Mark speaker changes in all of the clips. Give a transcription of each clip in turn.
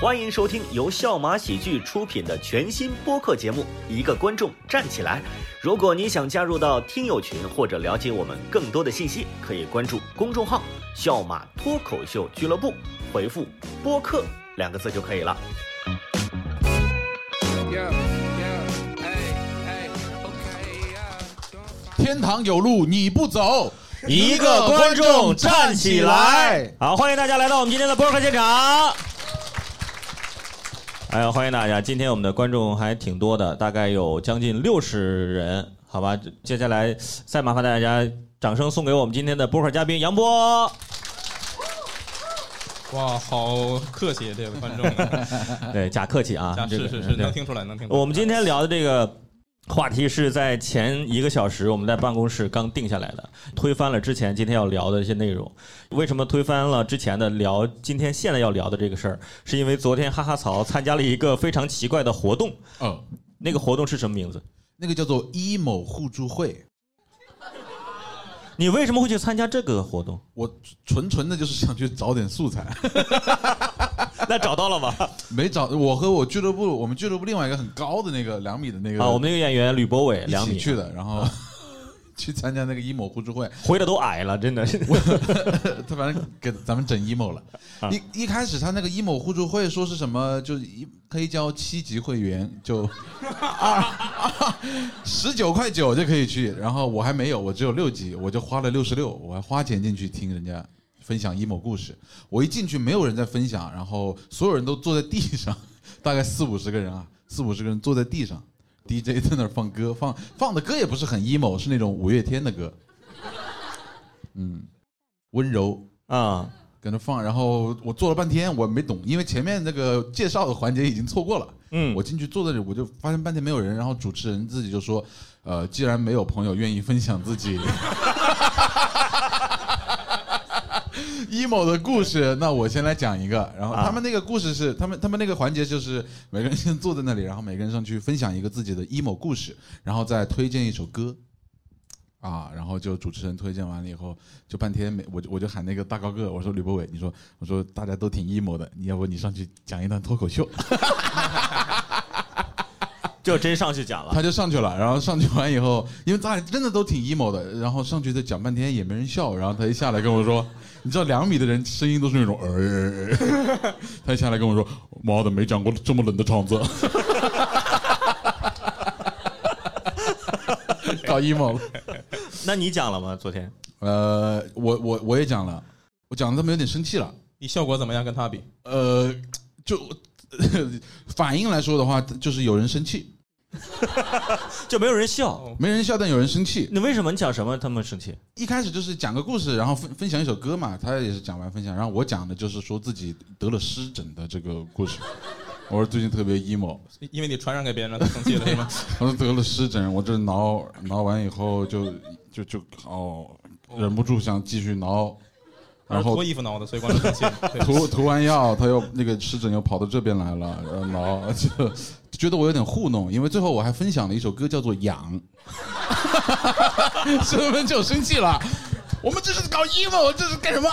Speaker 1: 欢迎收听由笑马喜剧出品的全新播客节目《一个观众站起来》。如果你想加入到听友群或者了解我们更多的信息，可以关注公众号“笑马脱口秀俱乐部”，回复“播客”两个字就可以了。
Speaker 2: 天堂有路你不走，
Speaker 3: 一个观众站起来。好，欢迎大家来到我们今天的播客现场。哎呀，欢迎大家！今天我们的观众还挺多的，大概有将近六十人，好吧？接下来再麻烦大家掌声送给我们今天的播客嘉宾杨波。
Speaker 4: 哇，好客气，这位观众，
Speaker 3: 对，假客气啊，
Speaker 4: 啊
Speaker 3: 这个
Speaker 4: 是是是，
Speaker 3: 对
Speaker 4: 能听出来，能听出来。
Speaker 3: 我们今天聊的这个话题是在前一个小时我们在办公室刚定下来的，推翻了之前今天要聊的一些内容。为什么推翻了之前的聊今天现在要聊的这个事儿？是因为昨天哈哈草参加了一个非常奇怪的活动，
Speaker 2: 呃，
Speaker 3: 那个活动是什么名字？
Speaker 2: 那个叫做一某互助会，
Speaker 3: 你为什么会去参加这个活动？
Speaker 2: 我纯纯的就是想去找点素 材，
Speaker 3: 那找到了 吧？
Speaker 2: 没找。我和我俱乐部，我们俱乐部另外一个很高的那个两米的那个
Speaker 3: 啊，我们那个演员吕博伟，
Speaker 2: 一
Speaker 3: 两
Speaker 2: 起
Speaker 3: 米，啊
Speaker 2: 去的，然后 去参加那个一某互助会，
Speaker 3: 回的都矮了， 真的是。
Speaker 2: 他反正给咱们整 emo 了。一一开始他那个 emo 互助会说是什么，就一可以交七级会员，就二十九块九就可以去。然后我还没有，我只有六级，我就花了六十六，我还花钱进去听人家分享 emo 故事。我一进去没有人在分享，然后所有人都坐在地上， 大概四五十个人啊，四五十个人坐在地上。DJ 在那儿放歌，放放的歌也不是很 emo，是那种五月天的歌，嗯，温柔
Speaker 3: 啊、
Speaker 2: 搁那放，然后我坐了半天，我没懂，因为前面那个介绍的环节已经错过了。
Speaker 3: 嗯，
Speaker 2: 我进去坐在这里，我就发现半天没有人，然后主持人自己就说：“呃，既然没有朋友愿意分享自己 emo 的故事，那我先来讲一个。”然后
Speaker 3: 啊
Speaker 2: 他们那个故事是，他们他们那个环节就是每个人先坐在那里，然后每个人上去分享一个自己的 emo 故事，然后再推荐一首歌。啊，然后就主持人推荐完了以后，就半天没，我就我就喊那个大高个，我说吕博伟，你说我说大家都挺 emo 的，你要不你上去讲一段脱口秀，
Speaker 3: 就真上去讲了。
Speaker 2: 他就上去了，然后上去完以后，因为咱俩真的都挺 emo 的，然后上去就讲半天也没人笑，然后他一下来跟我说，你知道两米的人声音都是那种，呃，他一下来跟我说，妈的没讲过这么冷的场子，搞 emo 了。
Speaker 3: 那你讲了吗？昨天
Speaker 2: 呃，我我我也讲了，我讲的他们有点生气了，
Speaker 4: 你效果怎么样？跟他比，
Speaker 2: 呃，就 反应来说的话，就是有人生气，
Speaker 3: 就没有人笑。
Speaker 2: 没人笑，但有人生气。
Speaker 3: 你为什么你讲什么他们生气？
Speaker 2: 一开始就是讲个故事，然后分分享一首歌嘛，他也是讲完分享，然后我讲的就是说自己得了湿疹的这个故事。我说最近特别 emo，
Speaker 4: 因为你传染给别人了，他生 气了是吗？
Speaker 2: 我说得了湿疹，我这挠挠完以后就就就哦，忍不住想继续挠，
Speaker 4: 他
Speaker 2: 然
Speaker 4: 是
Speaker 2: 后
Speaker 4: 脱衣服挠的，所以观众生 气了。对
Speaker 2: 涂涂完药，他又那个湿疹又跑到这边来了，然后挠 就就觉得我有点糊弄，因为最后我还分享了一首歌叫做《痒》， 身份就生气了。我们这是搞 emo，这是干什么？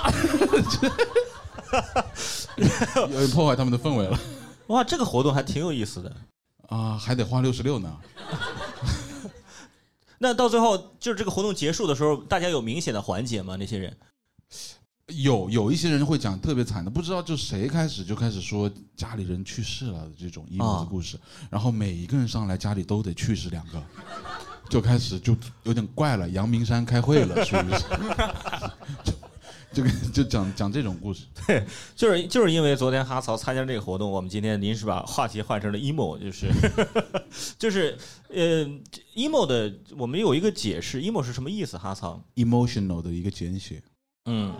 Speaker 2: 有点破坏他们的氛围了
Speaker 3: 哇，这个活动还挺有意思的。
Speaker 2: 啊！还得花六十六呢。
Speaker 3: 那到最后，就是这个活动结束的时候，大家有明显的缓解吗？那些人
Speaker 2: 有有一些人会讲特别惨的，不知道就谁开始就开始说家里人去世了的这种 emo 的故事，然后每一个人上来家里都得去世两个，就开始就有点怪了，阳明山开会了，属于是，就就就讲讲这种故事，
Speaker 3: 就是就是因为昨天哈曹参加这个活动，我们今天临时把话题换成了 emo，就是 就是呃 emo 的，我们有一个解释，emo 是什么意思？哈曹，
Speaker 2: emotional 的一个简写。
Speaker 3: 嗯，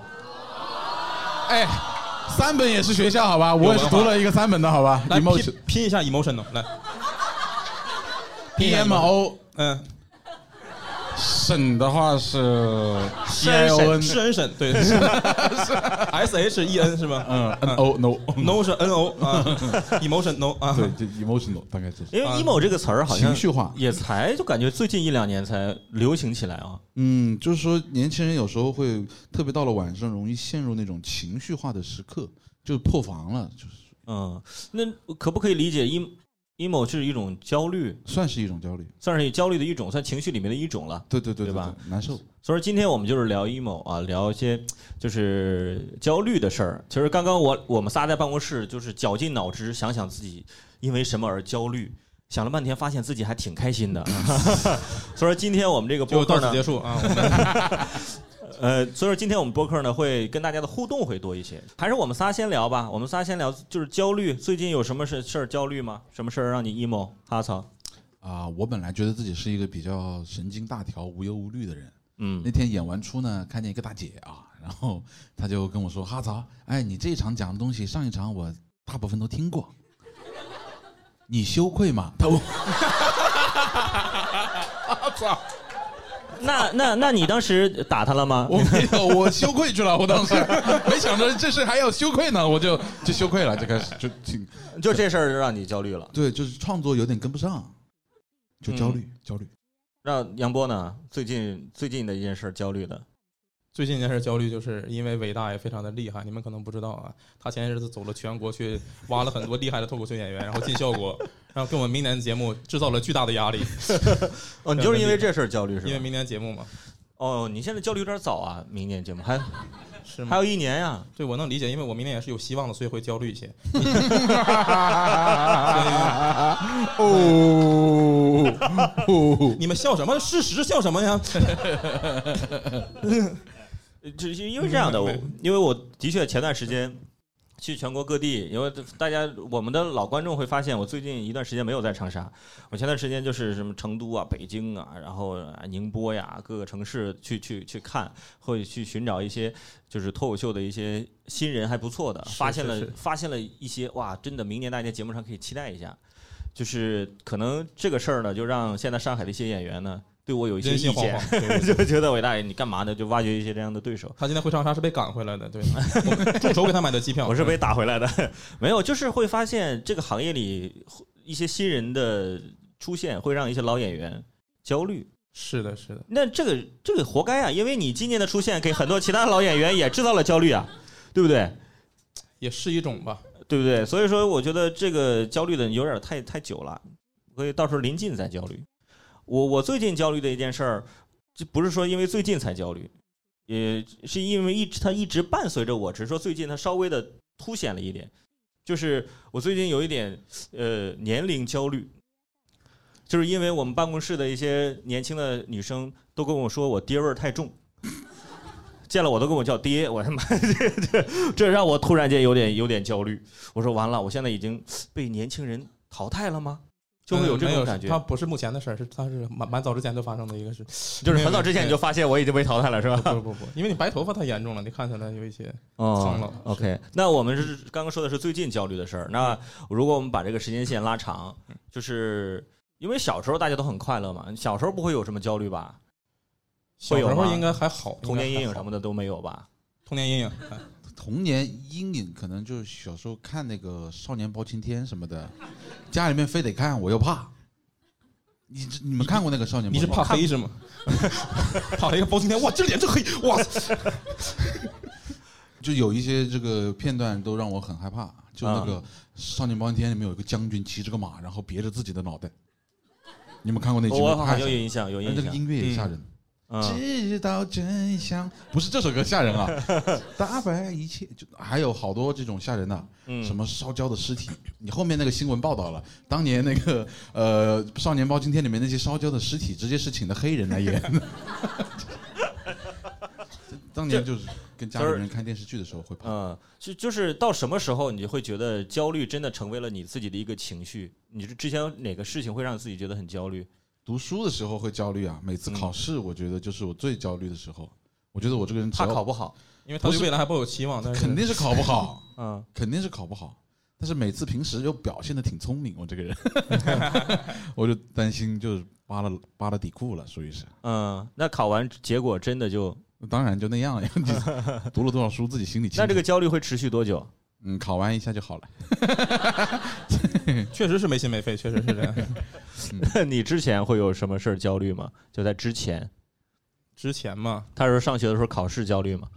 Speaker 2: 哎，三本也是学校好吧，我
Speaker 4: 文
Speaker 2: 也
Speaker 4: 化
Speaker 2: 是读了一个三本的好吧
Speaker 4: 来
Speaker 2: ，emotion
Speaker 4: 拼拼一下 emotional，来，
Speaker 2: E M O，
Speaker 4: 嗯，
Speaker 2: 省的话是
Speaker 3: E
Speaker 2: C
Speaker 4: 深
Speaker 2: I O N，
Speaker 4: 深深深，对 ，S H E N 是吧
Speaker 2: 嗯，N O no。
Speaker 4: ？No 是 N O 啊，emotion No 啊，
Speaker 2: 对，就 emotional 大概是。
Speaker 3: 因为
Speaker 4: 啊
Speaker 3: emo 这个词儿好像
Speaker 2: 情绪化
Speaker 3: 也才就感觉最近一两年才流行起来啊。
Speaker 2: 嗯，就是说年轻人有时候会特别到了晚上容易陷入那种情绪化的时刻，就是破防了，就是
Speaker 3: 嗯，那可不可以理解 emo emo 是一种焦虑，
Speaker 2: 算是一种焦虑。
Speaker 3: 算是焦虑的一种，算情绪里面的一种了。
Speaker 2: 对对对
Speaker 3: 对吧？
Speaker 2: 难受。
Speaker 3: 所以说今天我们就是聊 emo 啊，聊一些就是焦虑的事儿。其实刚刚我我们仨在办公室就是绞尽脑汁想想自己因为什么而焦虑，想了半天发现自己还挺开心的。 所以说今天我们这个播
Speaker 4: 就到
Speaker 3: 客
Speaker 4: 此
Speaker 3: 呢
Speaker 4: 结，束啊！
Speaker 3: 呃，所以说今天我们播客呢会跟大家的互动会多一些。还是我们仨先聊吧，我们仨先聊就是焦虑，最近有什么事事儿焦虑吗？什么事儿让你 emo？哈曹，
Speaker 2: 啊、我本来觉得自己是一个比较神经大条、无忧无虑的人。
Speaker 3: 嗯
Speaker 2: 那天演完出呢，看见一个大姐啊，然后她就跟我说：“哈曹，哎，你这一场讲的东西，上一场我大部分都听过，你羞愧吗？”她问 我：“？
Speaker 3: 那那那你当时打他了吗
Speaker 2: 我没有，哎我羞愧去了。我当时 没想着这事还要羞愧呢，我就就羞愧了，就开始就挺
Speaker 3: 就这事儿就让你焦虑了。
Speaker 2: 对，就是创作有点跟不上，就
Speaker 3: 嗯
Speaker 2: 焦虑、焦 虑。
Speaker 3: 那杨波呢？最近最近的一件事儿焦虑的，
Speaker 4: 最近一件事焦虑，就是因为伟大也非常的厉害，你们可能不知道啊，他前些日子走了全国去挖了很多厉害的脱口秀演员，然后进效果，然后给我们明年的节目制造了巨大的压力，
Speaker 3: 哦，你就是因为这事儿焦虑是
Speaker 4: 呃因为
Speaker 3: 吧？
Speaker 4: 明年节目嘛，
Speaker 3: 哦，你现在焦虑有点早啊，明年节目还
Speaker 4: 是吗
Speaker 3: 还？有一年呀、
Speaker 4: 对，我能理解，因为我明年也是有希望的，所以会焦虑一些。
Speaker 2: 哦哦，
Speaker 4: 你们笑什么？事实笑什么呀？
Speaker 3: 呃只是
Speaker 4: 嗯
Speaker 3: 因为这样的，我因为我的确前段时间去全国各地，因为大家我们的老观众会发现，我最近一段时间没有在长沙，我前段时间就是什么成都啊、北京啊，然后啊宁波呀各个城市去去去看，会去寻找一些就是脱口秀的一些新人还不错的，
Speaker 4: 是
Speaker 3: 发现了
Speaker 4: 是是
Speaker 3: 发现了一些哇，真的明年大家节目上可以期待一下，就是可能这个事儿呢，就让现在上海的一些演员呢。对我有一些
Speaker 4: 人
Speaker 3: 意
Speaker 4: 心惶
Speaker 3: 见，
Speaker 4: 惶。 对对 对
Speaker 3: 就觉得伟大爷你干嘛呢？就挖掘一些这样的对手。
Speaker 4: 他今天回长沙是被赶回来 的，对，我们众筹给他买的机票。
Speaker 3: 我是被打回来的， 没有，就是会发现这个行业里一些新人的出现会让一些老演员焦虑。
Speaker 4: 是的，是的，
Speaker 3: 那这个这个活该啊，因为你今年的出现给很多其他老演员也制造了焦虑啊，对不对？
Speaker 4: 也是一种吧。
Speaker 3: 对不对？所以说，我觉得这个焦虑的有点太太久了，所以到时候临近再焦虑。我我最近焦虑的一件事儿，就不是说因为最近才焦虑，也是因为一直它一直伴随着我，只是说最近它稍微的凸显了一点，就是我最近有一点呃年龄焦虑，就是因为我们办公室的一些年轻的女生都跟我说我爹味儿太重。 见了我都跟我叫爹，我他妈这这这让我突然间有点有点焦虑。我说完了，我现在已经被年轻人淘汰了吗？就会有这
Speaker 4: 嗯没
Speaker 3: 种感觉。
Speaker 4: 他不是目前的事儿，是他是蛮蛮早之前就发生的一个 事。
Speaker 3: 就是很早之前你就发现我已经被淘汰了，是吧？
Speaker 4: 不不不，因为你白头发太严重了，你看起来有一些苍
Speaker 3: 哦
Speaker 4: 老
Speaker 3: OK，那我们是刚刚说的是最近焦虑的事儿。那如果我们把这个时间线拉长，就是因为小时候大家都很快乐嘛，小时候不会有什么焦虑吧？
Speaker 4: 小
Speaker 3: 会有
Speaker 4: 时候
Speaker 3: 吗
Speaker 4: 应该还好，
Speaker 3: 童年阴影什
Speaker 4: 么？
Speaker 3: 么的都没有吧？
Speaker 4: 童年阴影，哎
Speaker 2: 童年阴影可能就是小时候看那个《少年包青天》什么的，家里面非得看，我又怕。你知你们看过那个《少年包
Speaker 4: 你
Speaker 2: 青
Speaker 4: 是
Speaker 2: 天》
Speaker 4: 怕黑是吗？ 怕黑个包青天，哇，这脸真黑，哇塞！
Speaker 2: 就有一些这个片段都让我很害怕，就那
Speaker 3: 嗯
Speaker 2: 个《少年包青天》里面有一个将军骑着个马，然后别着自己的脑袋。你们看过那集
Speaker 3: 我
Speaker 2: 吗？
Speaker 3: 好
Speaker 2: 太
Speaker 3: 像有印象，有
Speaker 2: 那
Speaker 3: 印
Speaker 2: 这个
Speaker 3: 象。
Speaker 2: 音乐也吓人。
Speaker 3: 嗯，
Speaker 2: 知道真相不是这首歌吓人啊， 打败一切就还有好多这种吓人的、
Speaker 3: 嗯
Speaker 2: 什么烧焦的尸体，你后面那个新闻报道了，当年那个呃《少年包青天》里面那些烧焦的尸体，直接是请的黑人来演 的。当年就是跟家里人看电视剧的时候会怕，
Speaker 3: 嗯，就就是到什么时候你会觉得焦虑真的成为了你自己的一个情绪？你是之前有哪个事情会让自己觉得很焦虑？
Speaker 2: 读书的时候会焦虑啊，每次考试我觉得就是我最焦虑的时候，我觉得我这个人只
Speaker 3: 怕
Speaker 2: 要
Speaker 3: 考不好？
Speaker 4: 因为他对未来还抱有期望，但是
Speaker 2: 肯定是考不好。
Speaker 3: 嗯，
Speaker 2: 肯定是考不好，但是每次平时又表现的挺聪明，我这个人， 我就担心就是扒了扒了底裤了，属于是。
Speaker 3: 嗯，那考完结果真的就，
Speaker 2: 当然就那样了，就是读了多少书自己心里清楚。
Speaker 3: 那这个焦虑会持续多久？
Speaker 2: 嗯，考完一下就好了。
Speaker 4: 确实是没心没肺，确实是这样。
Speaker 3: 那你之前会有什么事儿焦虑吗？就在之前，
Speaker 4: 之前嘛，
Speaker 3: 他是上学的时候考试焦虑吗？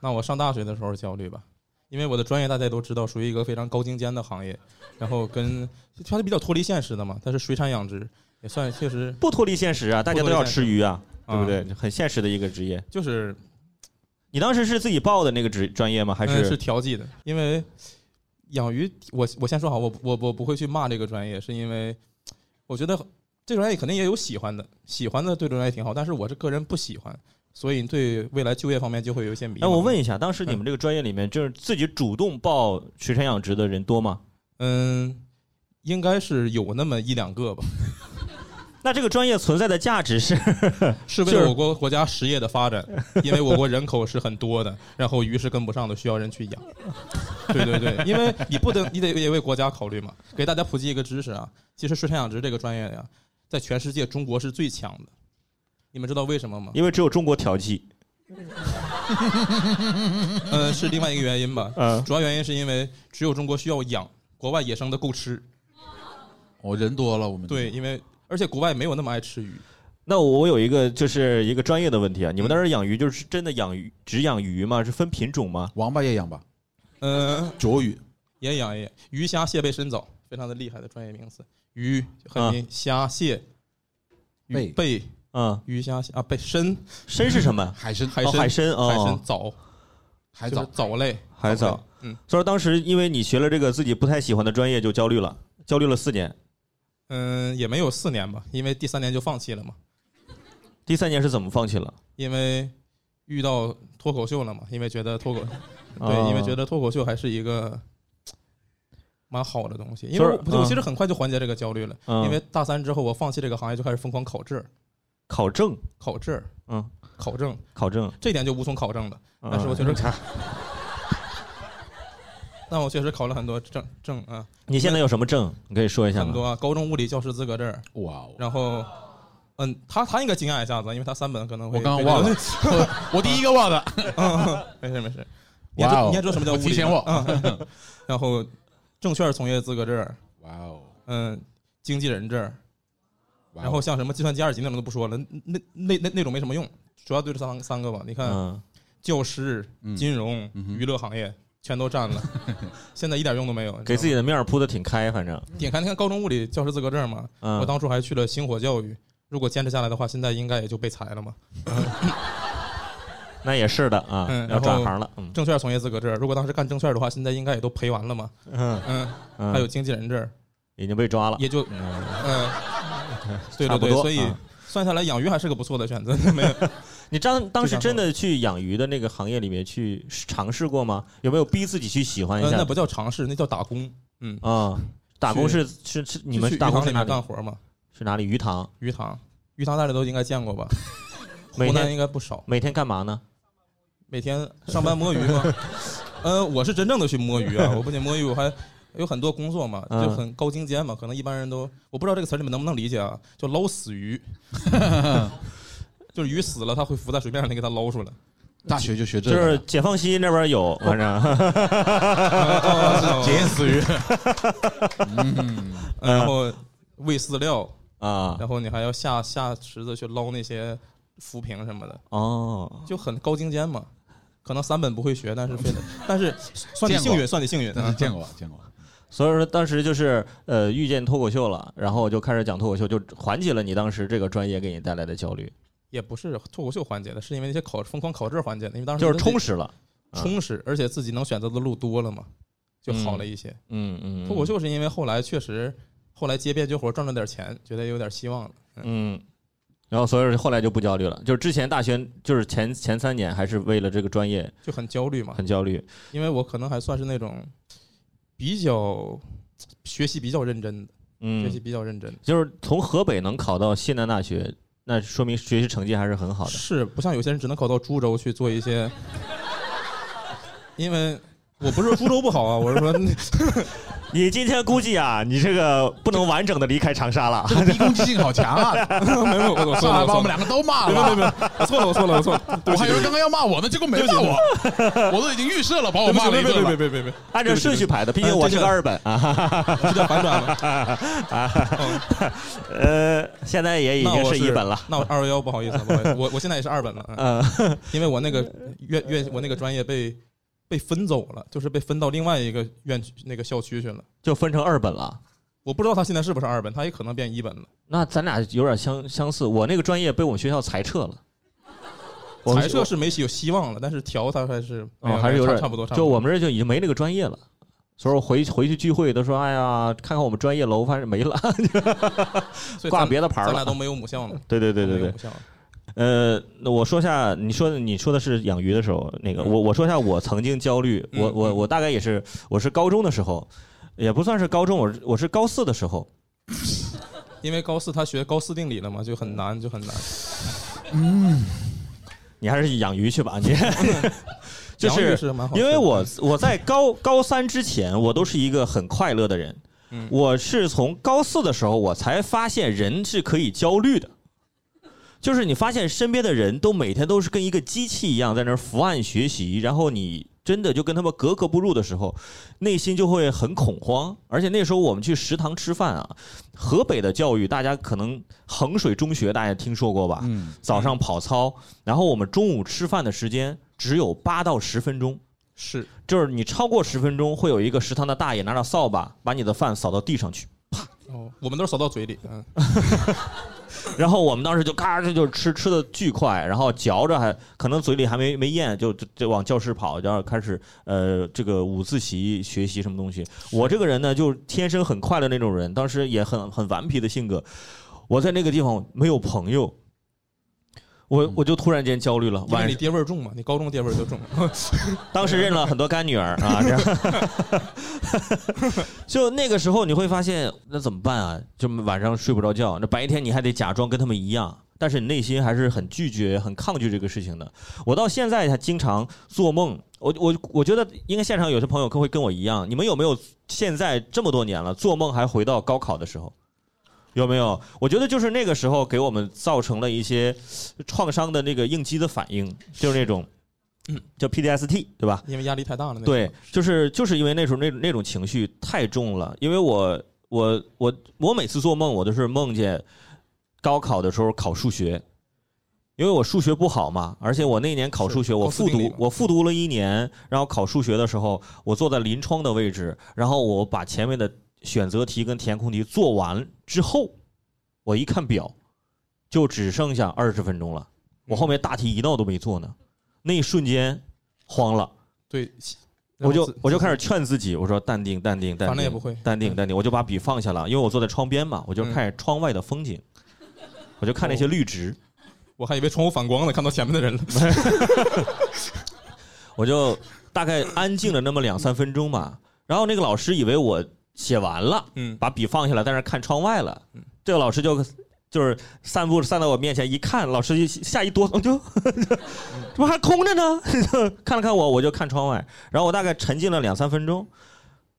Speaker 4: 那我上大学的时候焦虑吧，因为我的专业大家都知道，属于一个非常高精尖的行业，然后跟它是比较脱离现实的嘛，但是水产养殖也算确实
Speaker 3: 不脱离现实啊，大家都要吃鱼啊，
Speaker 4: 不
Speaker 3: 对不
Speaker 4: 脱离现实
Speaker 3: 对？很现实的一个职业。
Speaker 4: 就是
Speaker 3: 你当时是自己报的那个职专业吗？还
Speaker 4: 嗯
Speaker 3: 是
Speaker 4: 调剂的，因为养鱼，我我先说好，我我我不会去骂这个专业，是因为我觉得这个专业肯定也有喜欢的，喜欢的对这个专业挺好，但是我是个人不喜欢，所以对未来就业方面就会有一些迷茫。
Speaker 3: 哎，我问，一下，当时你们这个专业里面，就是自己主动报水产养殖的人多吗？
Speaker 4: 嗯，应该是有那么一两个吧，
Speaker 3: 那这个专业存在的价值是
Speaker 4: 是为
Speaker 3: 就是
Speaker 4: 了我国国家实业的发展，因为我国人口是很多的，然后鱼是跟不上的，需要人去养。 对对对，因为你不能，你得也为国家考虑嘛。给大家普及一个知识啊，其实水产养殖这个专业呀、在全世界中国是最强的。你们知道为什么吗？
Speaker 3: 因为只有中国调剂。
Speaker 4: 嗯，是另外一个原因吧。
Speaker 3: 嗯，
Speaker 4: 主要原因是因为只有中国需要养，国外野生的够吃。
Speaker 2: 我人多了，我们
Speaker 4: 对，因为而且国外没有那么爱吃鱼。
Speaker 3: 那我有一个就是一个专业的问题啊，你们当时养鱼就是真的养鱼，只养鱼吗？是分品种吗？
Speaker 2: 王八也养吧，
Speaker 4: 嗯、
Speaker 2: 卓鱼
Speaker 4: 也养一养鱼虾蟹贝参藻，非常的厉害的专业名词。鱼
Speaker 3: 啊
Speaker 4: 很明，虾蟹、鱼
Speaker 2: 贝
Speaker 4: 贝、
Speaker 3: 嗯，
Speaker 4: 鱼虾蟹啊贝参、
Speaker 3: 参是什么？
Speaker 2: 海参
Speaker 4: 嗯海
Speaker 3: 哦，
Speaker 4: 参、
Speaker 3: 海参
Speaker 4: 海参
Speaker 3: 哦，
Speaker 4: 藻、
Speaker 2: 海
Speaker 4: 就是
Speaker 2: 藻，
Speaker 4: 藻类、
Speaker 3: 海藻
Speaker 4: 类。。嗯
Speaker 3: 所以说当时因为你学了这个自己不太喜欢的专业，就焦虑了，焦虑了四年。
Speaker 4: 嗯，也没有四年吧，因为第三年就放弃了嘛，
Speaker 3: 第三年是怎么放弃了？
Speaker 4: 因为遇到脱口秀了嘛，因为觉得脱口
Speaker 3: 啊
Speaker 4: 对，因为觉得脱口秀还是一个蛮好的东西，因
Speaker 3: 就
Speaker 4: 为
Speaker 3: 是
Speaker 4: 我我
Speaker 3: 嗯
Speaker 4: 其实很快就缓解这个焦虑了，
Speaker 3: 嗯
Speaker 4: 因为大三之后我放弃这个行业就开始疯狂考证儿，
Speaker 3: 考证，
Speaker 4: 考证儿，
Speaker 3: 嗯，
Speaker 4: 考证，
Speaker 3: 考证。
Speaker 4: 这点就无从考证了。
Speaker 2: 啊
Speaker 4: 但是我
Speaker 3: 嗯
Speaker 4: 觉得 但我确实考了很多证证啊，
Speaker 3: 你现在有什么证？你可以说一下
Speaker 4: 很
Speaker 3: 吗？
Speaker 4: 多啊，高中物理教师资格证儿，
Speaker 2: 哇哦！
Speaker 4: 然后，嗯，他他应该惊讶一下子，因为他三本可能会
Speaker 2: 我刚刚忘了， 我第一个忘的。
Speaker 4: 没事没事，你还知
Speaker 2: 哇哦
Speaker 4: 你还知道什么叫物理吗
Speaker 2: 我提前我
Speaker 4: 嗯然后，证券从业资格证儿，
Speaker 2: 哇哦！
Speaker 4: 嗯，经纪人证儿，
Speaker 2: 哇哦
Speaker 4: 然后像什么计算机二级那种都不说了，那那那那种没什么用，主要就这三三个吧。你看，
Speaker 3: 嗯，
Speaker 4: 教师、
Speaker 2: 嗯
Speaker 4: 金融、娱乐行业全都 占了，现在一点用都没有。你知道吗
Speaker 3: 给自己的面儿铺的挺开，反正。
Speaker 4: 你看，你看高中物理教师资格证嘛，
Speaker 3: 嗯
Speaker 4: 我当初还去了星火教育，如果坚持下来的话，现在应该也就被裁了嘛。
Speaker 3: 那也是的啊，
Speaker 4: 嗯
Speaker 3: 要
Speaker 4: 然后
Speaker 3: 转行了。嗯
Speaker 4: 证券从业资格证，如果当时干证券的话，现在应该也都赔完了嘛。
Speaker 3: 嗯
Speaker 4: 嗯，
Speaker 3: 嗯，
Speaker 4: 还有经纪人证，
Speaker 3: 已经被抓了。
Speaker 4: 也就
Speaker 3: 嗯
Speaker 4: 嗯，对
Speaker 3: 差不
Speaker 4: 对对，
Speaker 3: 多
Speaker 4: 所以
Speaker 3: 嗯
Speaker 4: 算下来养鱼还是个不错的选择。没有，
Speaker 3: 你当当时
Speaker 4: 就这
Speaker 3: 真
Speaker 4: 样
Speaker 3: 的去养鱼的那个行业里面去尝试过吗？有没有逼自己去喜欢一
Speaker 4: 呃
Speaker 3: 下
Speaker 4: 那？不叫尝试，那叫打工。嗯，
Speaker 3: 啊，打工是是是你
Speaker 4: 就
Speaker 3: 们
Speaker 4: 去
Speaker 3: 打
Speaker 4: 鱼
Speaker 3: 工
Speaker 4: 塘
Speaker 3: 是
Speaker 4: 里
Speaker 3: 哪
Speaker 4: 面
Speaker 3: 里
Speaker 4: 干？活嘛？
Speaker 3: 是哪里？鱼塘。
Speaker 4: 鱼塘，鱼塘大家都应该见过吧？
Speaker 3: 每
Speaker 4: 湖南
Speaker 3: 天
Speaker 4: 应该不少，
Speaker 3: 每天干嘛呢？
Speaker 4: 每天上班摸鱼嘛。呃，我是真正的去摸鱼啊，我不仅摸鱼，我还有很多工作嘛，
Speaker 3: 嗯
Speaker 4: 就很高精尖嘛，可能一般人都我不知道这个词儿你们能不能理解啊，就捞死鱼，就是鱼死了，它会浮在水面上，你给它捞出来。
Speaker 2: 大学就学这
Speaker 3: 就
Speaker 2: 个，
Speaker 3: 是解放西那边有，反正
Speaker 4: 哦
Speaker 2: 检验死鱼。嗯
Speaker 4: 然后喂饲料，
Speaker 3: 啊
Speaker 4: 然后你还要下下池子去捞那些浮萍什么的，
Speaker 3: 哦，
Speaker 4: 就很高精尖嘛。可能三本不会学，但是非得， 但是算你
Speaker 2: 见过
Speaker 4: 幸运，算你幸运。啊
Speaker 2: 但是见过见过，
Speaker 3: 所以说当时就是呃遇见脱口秀了，然后我就开始讲脱口秀，就缓解了你当时这个专业给你带来的焦虑，
Speaker 4: 也不是脱口秀环节的，是因为那些考疯狂考证环节的，因为当时
Speaker 3: 就是
Speaker 4: 自己
Speaker 3: 充实了。啊
Speaker 4: 充实，而且自己能选择的路多了嘛，就好了一些。
Speaker 3: 嗯嗯，
Speaker 4: 脱口，秀是因为后来确实后来接编剧活赚了点钱，觉得有点希望了。
Speaker 3: 嗯。然后，所以后来就不焦虑了。就是之前大学，就是前前三年，还是为了这个专业
Speaker 4: 就很焦虑嘛，
Speaker 3: 很焦虑。
Speaker 4: 因为我可能还算是那种比较学习比较认真的，
Speaker 3: 嗯，
Speaker 4: 学习比较认真的，
Speaker 3: 就是从河北能考到西南大学，那说明学习成绩还是很好的。
Speaker 4: 是不像有些人只能考到株洲去做一些，因为我不是说株洲不好啊，我是说
Speaker 3: 你今天估计啊，你这个不能完整的离开长沙了
Speaker 2: 这。个逼攻击性好强啊！
Speaker 4: 没有，我我错
Speaker 2: 上来啊把
Speaker 4: 了，我错
Speaker 2: 我们
Speaker 4: 了。
Speaker 2: 两个都骂
Speaker 4: 别别别
Speaker 2: 了。
Speaker 4: 别！我错了，我错了，我错了！对
Speaker 2: 我
Speaker 4: 不起
Speaker 2: 还以为刚刚要骂我呢，结果没骂我， 我都已经预设了，把我
Speaker 4: 对不
Speaker 2: 骂
Speaker 4: 起，
Speaker 2: 了
Speaker 4: 别
Speaker 2: 一顿
Speaker 4: 别
Speaker 2: 了
Speaker 4: 别。别别别！
Speaker 3: 按照顺序排 的，毕竟我是个二本啊。
Speaker 4: 这叫反转了。
Speaker 3: 呃，现在也已
Speaker 4: 那
Speaker 3: 经
Speaker 4: 我
Speaker 3: 是一本了。
Speaker 4: 那我二幺 幺不好意思，不好意思，我我现在也是二本了，嗯
Speaker 3: 呃，
Speaker 4: 因为我那个院院我那个专业被被分走了，就是被分到另外一个院区那个校区去了。
Speaker 3: 就分成二本了。
Speaker 4: 我不知道他现在是不是二本，他也可能变一本了。
Speaker 3: 那咱俩有点相相似，我那个专业被我们学校裁撤了。我们
Speaker 4: 裁撤是没有希望了，但是调他还是
Speaker 3: 哦还是有点
Speaker 4: 差差不多，差不多
Speaker 3: 就我们这就已经没那个专业了。所以我回回去聚会都说，哎呀，看看我们专业楼，发现没了，
Speaker 4: 所以
Speaker 3: 挂
Speaker 4: 咱
Speaker 3: 别的牌儿
Speaker 4: 咱俩
Speaker 3: 了
Speaker 4: 都。没有母校呢。
Speaker 3: 对对对对
Speaker 4: 没有
Speaker 3: 对
Speaker 4: 母，校了
Speaker 3: 呃，那我说下，你说的你说的是养鱼的时候，那个我我说下我曾经焦虑，我
Speaker 4: 嗯
Speaker 3: 我
Speaker 4: 嗯
Speaker 3: 我大概也是，我是高中的时候，也不算是高中，我是我是高四的时候，
Speaker 4: 因为高四他学高四定理了嘛，就很难，就很难。
Speaker 3: 你还是养鱼去 吧，你就
Speaker 4: 杨律
Speaker 3: 是
Speaker 4: 师蛮好嗯吃
Speaker 3: 因
Speaker 4: 的，
Speaker 3: 为我我在高高三之前，我都是一个很快乐的人
Speaker 4: 嗯，
Speaker 3: 我是从高四的时候我才发现人是可以焦虑的。就是你发现身边的人都每天都是跟一个机器一样在那儿伏案学习，然后你真的就跟他们格格不入的时候，内心就会很恐慌。而且那时候我们去食堂吃饭啊，河北的教育大家可能衡水中学大家听说过吧？
Speaker 2: 嗯，
Speaker 3: 早上跑操，然后我们中午吃饭的时间只有八到十分钟，
Speaker 4: 是
Speaker 3: 就是你超过十分钟，会有一个食堂的大爷拿着扫把把你的饭扫到地上去。
Speaker 4: 哦，我们都是扫到嘴里，嗯，
Speaker 3: 然后我们当时就咔，这就吃吃的巨快，然后嚼着还可能嘴里还没没咽，就就就往教室跑，然后开始呃这个午自习学习什么东西。我这个人呢，就是天生很快乐那种人，当时也很很顽皮的性格。我在那个地方没有朋友，我我就突然间焦虑了。
Speaker 4: 因为
Speaker 3: 晚
Speaker 4: 你
Speaker 3: 上
Speaker 4: 爹味儿重嘛，你高中爹味儿就重。
Speaker 3: 当时认了很多干女儿啊，这样。 就那个时候你会发现，那怎么办啊？就晚上睡不着觉，那白天你还得假装跟他们一样，但是你内心还是很拒绝、很抗拒这个事情的。我到现在还经常做梦，我我我觉得应该现场有些朋友会跟我一样，你们有没有现在这么多年了，做梦还回到高考的时候？有没有？我觉得就是那个时候给我们造成了一些创伤的那个应激的反应，就是那种，叫 PDST，对吧？
Speaker 4: 因为压力太大了。那个
Speaker 3: 对，就是就是因为那时候那那种情绪太重了，因为我我我我每次做梦，我都是梦见高考的时候考数学，因为我数学不好嘛，而且我那年考数学，
Speaker 4: 是
Speaker 3: 我
Speaker 4: 高斯
Speaker 3: 复
Speaker 4: 定理
Speaker 3: 读
Speaker 4: 嘛
Speaker 3: 我复读了一年，然后考数学的时候，我坐在临窗的位置，然后我把前面的选择题跟填空题做完之后，我一看表，就只剩下二十分钟了，我
Speaker 4: 嗯
Speaker 3: 后面大题一道都没做呢，那一瞬间慌了。
Speaker 4: 对，
Speaker 3: 我就
Speaker 4: 然后
Speaker 3: 我就开始劝自己，我说淡定淡定淡定，
Speaker 4: 反正也不会
Speaker 3: 淡定
Speaker 4: 嗯
Speaker 3: 淡定，我就把笔放下了，因为我坐在窗边嘛，我就
Speaker 4: 嗯哦
Speaker 3: 看窗外的风景，我就看那些绿植，
Speaker 4: 我还以为窗户反光呢，看到前面 的人了。
Speaker 3: 我就大概安静了那么两三分钟吧。然后那个老师以为我写完了，
Speaker 4: 嗯，
Speaker 3: 把笔放下来，在那儿看窗外了
Speaker 4: 嗯。
Speaker 3: 这个老师就就是散步散到我面前一看，老师就吓一哆嗦，就 怎么还空着呢？ 看了看我，我就看窗外，然后我大概沉浸了两三分钟，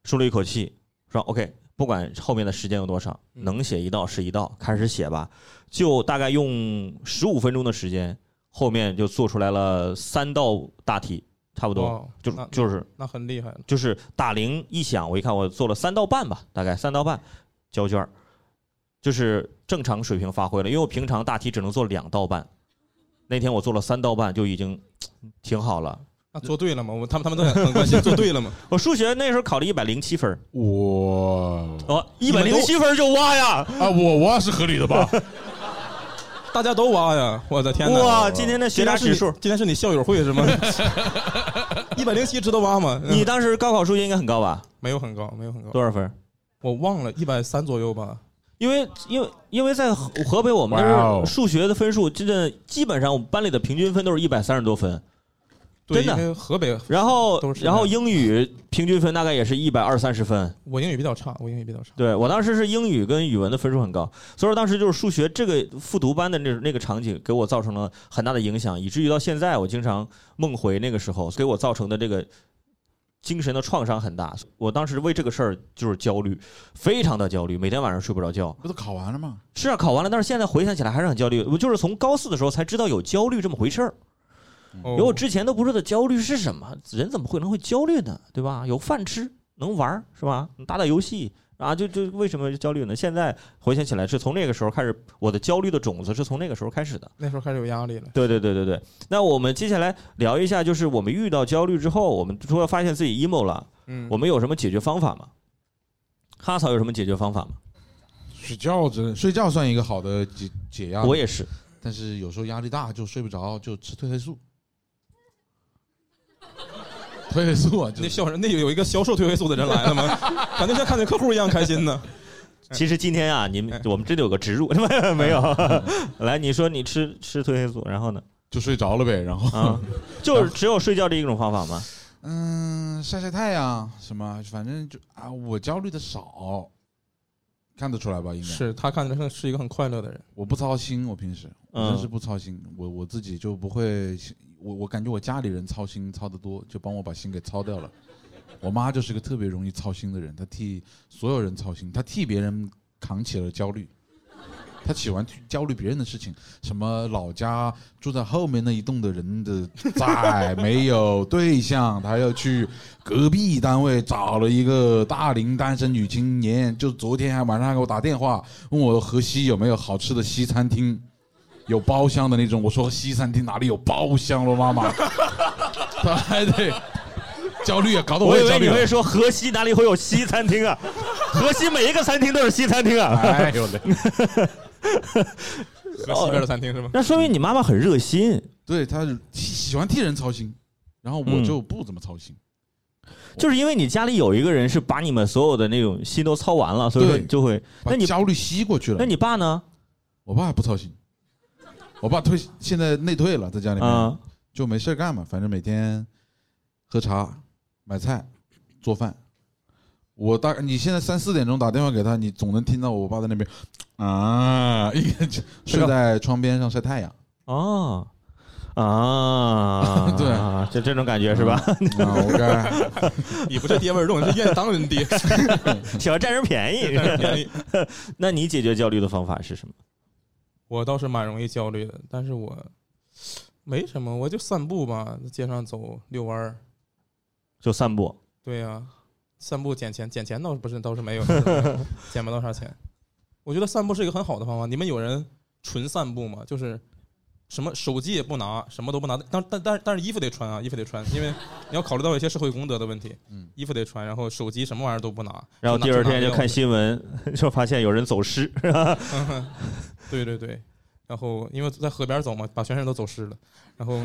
Speaker 3: 舒了一口气，说 OK。不管后面的时间有多少，
Speaker 4: 嗯
Speaker 3: 能写一道是一道，开始写吧。就大概用十五分钟的时间，后面就做出来了三道大题，差不多，
Speaker 4: 哦
Speaker 3: 就
Speaker 4: 那
Speaker 3: 就是
Speaker 4: 那很厉害了。
Speaker 3: 就是打铃一响，我一看我做了三道半吧，大概三道半交卷儿，就是正常水平发挥了。因为我平常大题只能做两道半，那天我做了三道半就已经嘖挺好了。
Speaker 4: 那做对了吗？我他们他们都很很 关心，做对了吗？
Speaker 3: 我数学那时候考了一百零七分儿，
Speaker 2: 我
Speaker 3: 哦，一
Speaker 4: 你
Speaker 3: 百
Speaker 4: 们
Speaker 3: 零
Speaker 4: 都
Speaker 3: 七分儿就哇呀！
Speaker 2: 啊，我挖是合理的 吧？
Speaker 4: 大家都挖呀！我的天哪！
Speaker 3: 哇，今天的学
Speaker 4: 今
Speaker 3: 渣
Speaker 4: 天是
Speaker 3: 指
Speaker 4: 你
Speaker 3: 数，，
Speaker 4: 今天是你校友会是 吗？一百零七值得挖吗？嗯
Speaker 3: 你当时高考数学应该很高吧？
Speaker 4: 没有很高，没有很高，
Speaker 3: 多少分儿？
Speaker 4: 我忘了一百三左右吧。
Speaker 3: 因为因为因为在河河北，我们
Speaker 2: 哇哦
Speaker 3: 那数学的分数真的基本上我们班里的平均分都是一百三十多分，
Speaker 4: 对，
Speaker 3: 真
Speaker 4: 因
Speaker 3: 的啊
Speaker 4: 为河北
Speaker 3: 然后
Speaker 4: 都是
Speaker 3: 然后英语平均分大概也是一百二三十分。
Speaker 4: 我英语比较差，我英语比较差。
Speaker 3: 对我当时是英语跟语文的分数很高，所以说当时就是数学这个复读班的那那个场景给我造成了很大的影响，以至于到现在我经常梦回那个时候给我造成的这个精神的创伤很大。我当时为这个事儿就是焦虑，非常的焦虑，每天晚上睡不着觉。
Speaker 2: 不都考完了吗？
Speaker 3: 是啊，考完了，但是现在回想起来还是很焦虑。我就是从高四的时候才知道有焦虑这么回事儿。
Speaker 4: 哦
Speaker 3: 因为我之前都不知道焦虑是什么，人怎么会能会焦虑呢？对吧？有饭吃，能玩儿是吧？能打打游戏，啊，就就为什么焦虑呢？现在回想起来，是从那个时候开始，我的焦虑的种子是从那个时候开始的。
Speaker 4: 那时候开始有压力了。
Speaker 3: 对对对对对。那我们接下来聊一下，就是我们遇到焦虑之后，我们除了发现自己 emo 了，
Speaker 4: 嗯，
Speaker 3: 我们有什么解决方法吗？哈草有什么解决方法吗？
Speaker 2: 睡觉真的睡觉算一个好的解解压，
Speaker 3: 我也是，
Speaker 2: 但是有时候压力大就睡不着，就吃褪黑素。褪黑素啊，就是
Speaker 4: 那销售那有一个销售褪黑素的人来 了吗？感觉像看见客户一样开心呢。
Speaker 3: 其实今天啊，你们
Speaker 4: 哎
Speaker 3: 我们这里有个植入， 没有？来，你说你吃吃褪黑素，然后呢？
Speaker 2: 就睡着了呗。然后，
Speaker 3: 啊，就是只有睡觉这一种方法吗？
Speaker 2: 嗯，晒晒太阳什么，反正就啊，我焦虑的少，看得出来吧？应该
Speaker 4: 是他看起来像是一个很快乐的人。
Speaker 2: 我不操心，我平时我
Speaker 3: 嗯
Speaker 2: 真是不操心，我我自己就不会，我我感觉我家里人操心操得多，就帮我把心给操掉了。我妈就是个特别容易操心的人，她替所有人操心，她替别人扛起了焦虑，她喜欢去焦虑别人的事情，什么老家住在后面那一栋的人的债没有对象，她要去隔壁单位找了一个大龄单身女青年，就昨天还晚上还给我打电话，问我河西有没有好吃的西餐厅，有包厢的那种。我说西餐厅哪里有包厢了，妈妈？他还得焦虑啊，搞得
Speaker 3: 我
Speaker 2: 我
Speaker 3: 以
Speaker 2: 也
Speaker 3: 为
Speaker 2: 焦
Speaker 3: 你
Speaker 2: 虑
Speaker 3: 会
Speaker 2: 了。
Speaker 3: 说河西哪里会有西餐厅啊？河西每一个餐厅都是西餐厅 啊。
Speaker 2: 哎呦嘞！
Speaker 3: 哦
Speaker 4: 和西边的餐厅是吗？
Speaker 3: 那说明你妈妈很热心，
Speaker 2: 对他喜喜欢替人操心，然后我
Speaker 3: 嗯
Speaker 2: 就不怎么操心。
Speaker 3: 就是因为你家里有一个人是把你们所有的那种心都操完了，所以说
Speaker 2: 对
Speaker 3: 你就会。
Speaker 2: 把
Speaker 3: 那你
Speaker 2: 焦虑吸过去了。
Speaker 3: 那你爸呢？
Speaker 2: 我爸不操心，我爸退现在内退了，在家里面、
Speaker 3: 啊，
Speaker 2: 就没事儿干嘛，反正每天喝茶、买菜、做饭。我大概你现在三四点钟打电话给他，你总能听到我爸在那边啊，一 个就睡在窗边上晒太阳。，
Speaker 3: 哦，啊
Speaker 2: 对
Speaker 3: 啊，就这种感觉是吧？
Speaker 2: 啊，我该
Speaker 4: 你不是爹味儿重，你是愿意当 人爹。
Speaker 2: 嗯
Speaker 3: 喜欢占人便宜。 那你解决焦虑的方法是什么？
Speaker 4: 我倒是蛮容易焦虑的，但是我没什么，我就散步吧，在街上走遛弯儿。
Speaker 3: 就散步。
Speaker 4: 对呀、散步捡钱，捡钱倒是不是倒是没有， 捡不到啥钱。我觉得散步是一个很好的方法。你们有人纯散步吗？就是什么手机也不拿，什么都不拿，但但但但是衣服得穿啊，衣服得穿，因为你要考虑到一些社会公德的问题。
Speaker 2: 嗯
Speaker 4: 衣服得穿，然后手机什么玩意儿都不拿，
Speaker 3: 然后
Speaker 4: 拿
Speaker 3: 第二天就
Speaker 4: 拿
Speaker 3: 看新闻， 就发现有人走失，是吧？
Speaker 4: 对对对，然后因为在河边走嘛，把全身都走湿了。然后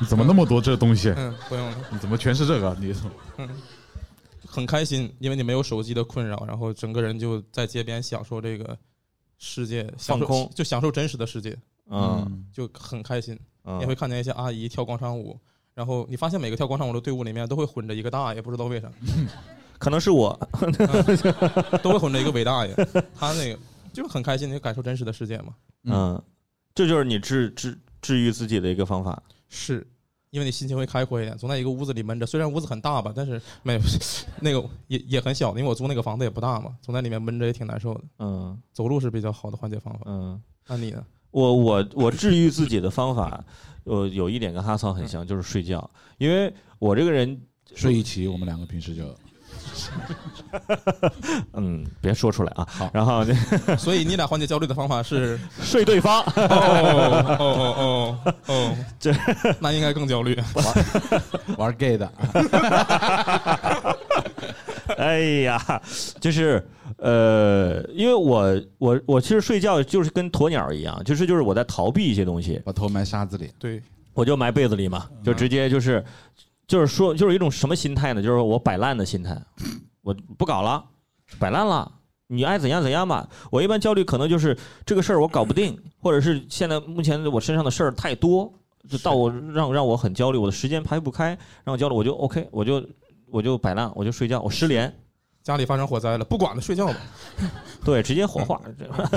Speaker 2: 你怎么那么多这东西？
Speaker 4: 嗯，不用了。
Speaker 2: 你怎么全是这个？你
Speaker 4: 很开心，因为你没有手机的困扰，然后整个人就在街边享受这个世界，享
Speaker 3: 放
Speaker 4: 受
Speaker 3: 空
Speaker 4: 就享受真实的世界，
Speaker 3: 嗯，
Speaker 4: 就很开心。
Speaker 3: 嗯
Speaker 4: 你会看见一些阿姨跳广场舞，然后你发现每个跳广场舞的队伍里面都会混着一个大爷，不知道为啥，
Speaker 3: 可能是我，
Speaker 4: 都会混着一个伟 大爷。他那个就是很开心，你感受真实的世界嘛。
Speaker 2: 嗯
Speaker 3: 嗯，这就是你治治治愈自己的一个方法。
Speaker 4: 是。因为你心情会开阔一点，总在一个屋子里闷着，虽然屋子很大吧，但是没有 那个也也很小，因为我租那个房子也不大嘛，总在里面闷着也挺难受的。
Speaker 3: 嗯
Speaker 4: 走路是比较好的缓解方法。
Speaker 3: 嗯，
Speaker 4: 那你呢？
Speaker 3: 我我我治愈自己的方法， 我有一点跟哈桑很
Speaker 2: 嗯
Speaker 3: 像，就是睡觉，因为我这个人，
Speaker 2: 睡一起，我们两个平时就
Speaker 3: 嗯，别说出来啊
Speaker 2: 好，
Speaker 3: 然后
Speaker 4: 所以你俩缓解焦虑的方法 是
Speaker 3: 睡对方，
Speaker 4: 哦哦哦哦哦，
Speaker 3: 这
Speaker 4: 那应该更焦虑。
Speaker 2: 玩 gay 的。
Speaker 3: 哎呀，就是呃，因为我我我其实睡觉就是跟鸵鸟一样，就是就是我在逃避一些东西，
Speaker 2: 把头埋沙子里，
Speaker 4: 对，
Speaker 3: 我就埋被子里嘛，就直接就是就是说就是一种什么心态呢？就是我摆烂的心态，我不搞了，摆烂了。你爱怎样怎样吧。我一般焦虑可能就是这个事儿我搞不定，或者是现在目前我身上的事儿太多，就到我让让我很焦虑，我的时间排不开，让我焦虑，我就 OK，我就我就摆烂，我就睡觉，我失联，
Speaker 4: 家里发生火灾了，不管了，睡觉吧。
Speaker 3: 对，直接火化，
Speaker 4: 嗯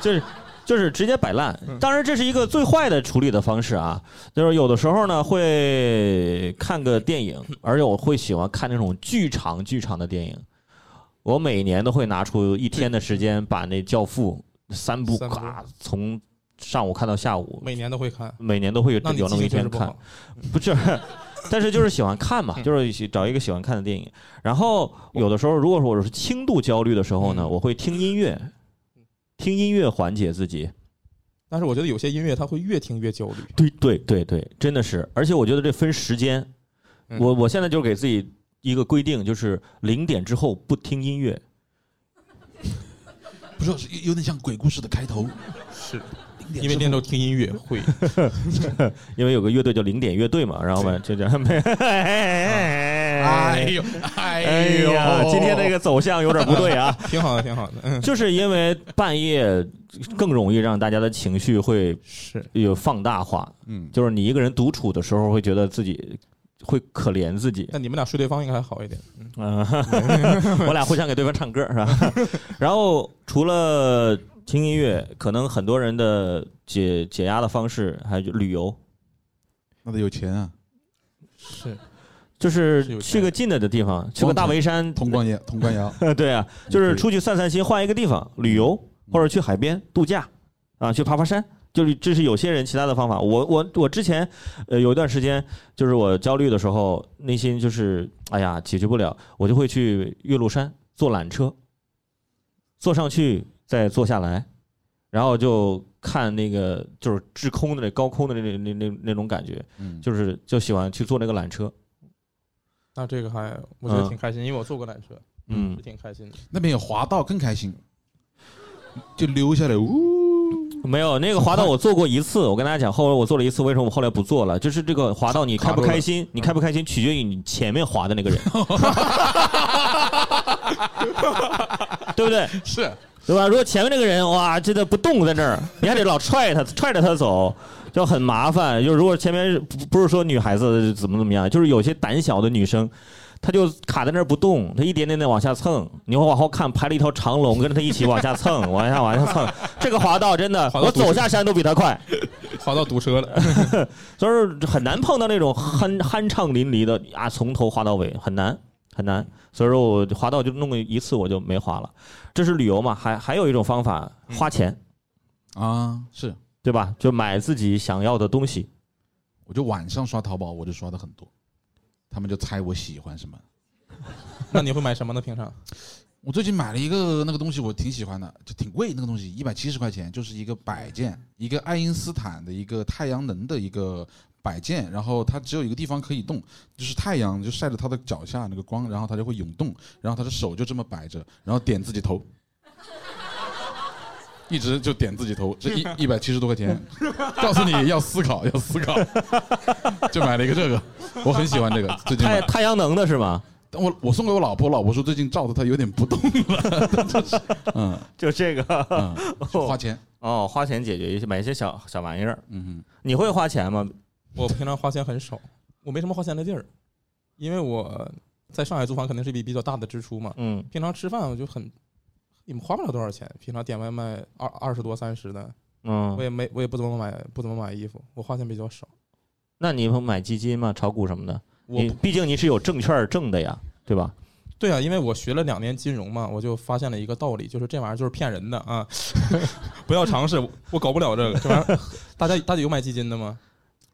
Speaker 3: 就是就是直接摆烂。当然，这是一个最坏的处理的方式啊。就是有的时候呢，会看个电影，而且我会喜欢看那种剧场剧场的电影。我每年都会拿出一天的时间，把那《教父》三部
Speaker 4: 三部
Speaker 3: 咔从上午看到下午，
Speaker 4: 每年都会看，
Speaker 3: 每年都会有
Speaker 4: 那你
Speaker 3: 有那
Speaker 4: 记
Speaker 3: 么一
Speaker 4: 性确实
Speaker 3: 天
Speaker 4: 不
Speaker 3: 看
Speaker 4: 好。。
Speaker 3: 不是， 但是就是喜欢看嘛，就是喜找一个喜欢看的电影。然后有的时候，如果说我是轻度焦虑的时候呢，
Speaker 4: 嗯
Speaker 3: 我会听音乐，听音乐缓解自己。
Speaker 4: 但是我觉得有些音乐它会越听越焦虑。
Speaker 3: 对对对对，真的是。而且我觉得这分时间，
Speaker 4: 嗯
Speaker 3: 我我现在就给自己一个规定，就是零点之后不听音乐。
Speaker 2: 不是，有有点像鬼故事的开头，
Speaker 4: 是
Speaker 2: 零点
Speaker 4: 因为
Speaker 2: 之
Speaker 4: 那时
Speaker 2: 后
Speaker 4: 候听音乐 会，
Speaker 3: 因为有个乐队叫零点乐队嘛，然后嘛就这样。 哎
Speaker 2: 哎呦，
Speaker 3: 哎
Speaker 2: 哎
Speaker 3: 呦
Speaker 2: 呦，，
Speaker 3: 今天这个走向有点不对啊，
Speaker 4: 挺好的，挺好的。嗯，
Speaker 3: 就是因为半夜更容易让大家的情绪会
Speaker 4: 是
Speaker 3: 有放大化，
Speaker 2: 嗯，
Speaker 3: 就是你一个人独处的时候会觉得自己会可怜自 己，
Speaker 4: 但你们俩睡对方应该还好一点。
Speaker 3: 嗯，我俩互相给对方唱歌是吧？然后除了听音乐，可能很多人的解解压的方式还有旅游，
Speaker 2: 那得有钱啊，
Speaker 4: 是
Speaker 3: 就是去个近的的地方，去个大围山，
Speaker 2: 潼关 窑，潼关窑，
Speaker 3: 对嗯啊，就是出去散散心，换一个地方旅游，或者去海边度假啊，去爬爬山。就是这是有些人其他的方法。我我我之前呃有一段时间，就是我焦虑的时候，内心就是哎呀解决不了，我就会去岳麓山坐缆车，坐上去再坐下来，然后就看那个就是滞空的那高空的那那那那种感觉，
Speaker 2: 嗯，
Speaker 3: 就是就喜欢去坐那个缆车。
Speaker 4: 那这个还我觉得
Speaker 3: 嗯
Speaker 4: 挺开心，因为我坐过缆车，嗯
Speaker 3: 嗯
Speaker 4: 是，挺开心的。
Speaker 2: 那边有滑道更开心，就溜下来，呜，
Speaker 3: 没有那个滑道，我做过一次。我跟大家讲，后来我做了一次，为什么我后来不做了？就是这个滑道，你开不开心，你开不开心取决于你前面滑的那个人， 对不对？
Speaker 2: 是
Speaker 3: 对吧？如果前面那个人哇，真的不动在那儿，你还得老踹他，踹着他走，就很麻烦。就是如果前面不不是说女孩子怎么怎么样，就是有些胆小的女生，她就卡在那儿不动，她一点点的往下蹭，你会往后看排了一条长龙，跟着她一起往下蹭， 往下往下蹭。这个滑道真的，
Speaker 4: 滑道
Speaker 3: 我
Speaker 4: 堵车
Speaker 3: 走下山都比她快，
Speaker 4: 滑到堵车了，
Speaker 3: 所以很难碰到那种酣酣畅淋漓的啊，从头滑到尾，很难很难。所以说我滑道就弄了一次，我就没滑了。这是旅游嘛，还还有一种方法，花钱。
Speaker 2: 啊，是，
Speaker 3: 对吧？就买自己想要的东西。
Speaker 2: 我就晚上刷淘宝，我就刷的很多，他们就猜我喜欢什么。
Speaker 4: 那你会买什么呢？平 常
Speaker 2: 我最近买了一个那个东西，我挺喜欢的，就挺贵那个东西，一百七十块钱，就是一个摆件，一个爱因斯坦的一个太阳能的一个摆件，然后它只有一个地方可以动，就是太阳就晒着它的脚下那个光，然后它就会涌动，然后他的手就这么摆着，然后点自己头，一直就点自己头，这一一百七十多块钱，告诉你要思考，要思考，就买了一个这个，我很喜欢这个，最近买
Speaker 3: 太太阳能的是吗？
Speaker 2: 但我我送给我老婆，老婆说最近照的她有点不动了， 就是嗯
Speaker 3: 就这个
Speaker 2: 嗯，就花钱，
Speaker 3: 哦，花钱解决一些，买一些小小玩意儿。
Speaker 2: 嗯
Speaker 3: 你会花钱吗？
Speaker 4: 我平常花钱很少，我没什么花钱的地儿，因为我在上海租房肯定是一笔比较大的支出嘛。
Speaker 3: 嗯，
Speaker 4: 平常吃饭我就很，也花不了多少钱。平常点外卖二二十多三十的，我
Speaker 3: 嗯，
Speaker 4: 也没我也不怎么买不怎么买衣服，我花钱比较少。
Speaker 3: 那你会买基金吗？炒股什么的？
Speaker 4: 我
Speaker 3: 你
Speaker 4: 不
Speaker 3: 毕竟你是有证券挣的呀，对吧？
Speaker 4: 对啊，因为我学了两年金融嘛，我就发现了一个道理，就是这玩意儿就是骗人的啊， 不要尝试，我我搞不了这个。这玩意儿，大家大家有买基金的吗？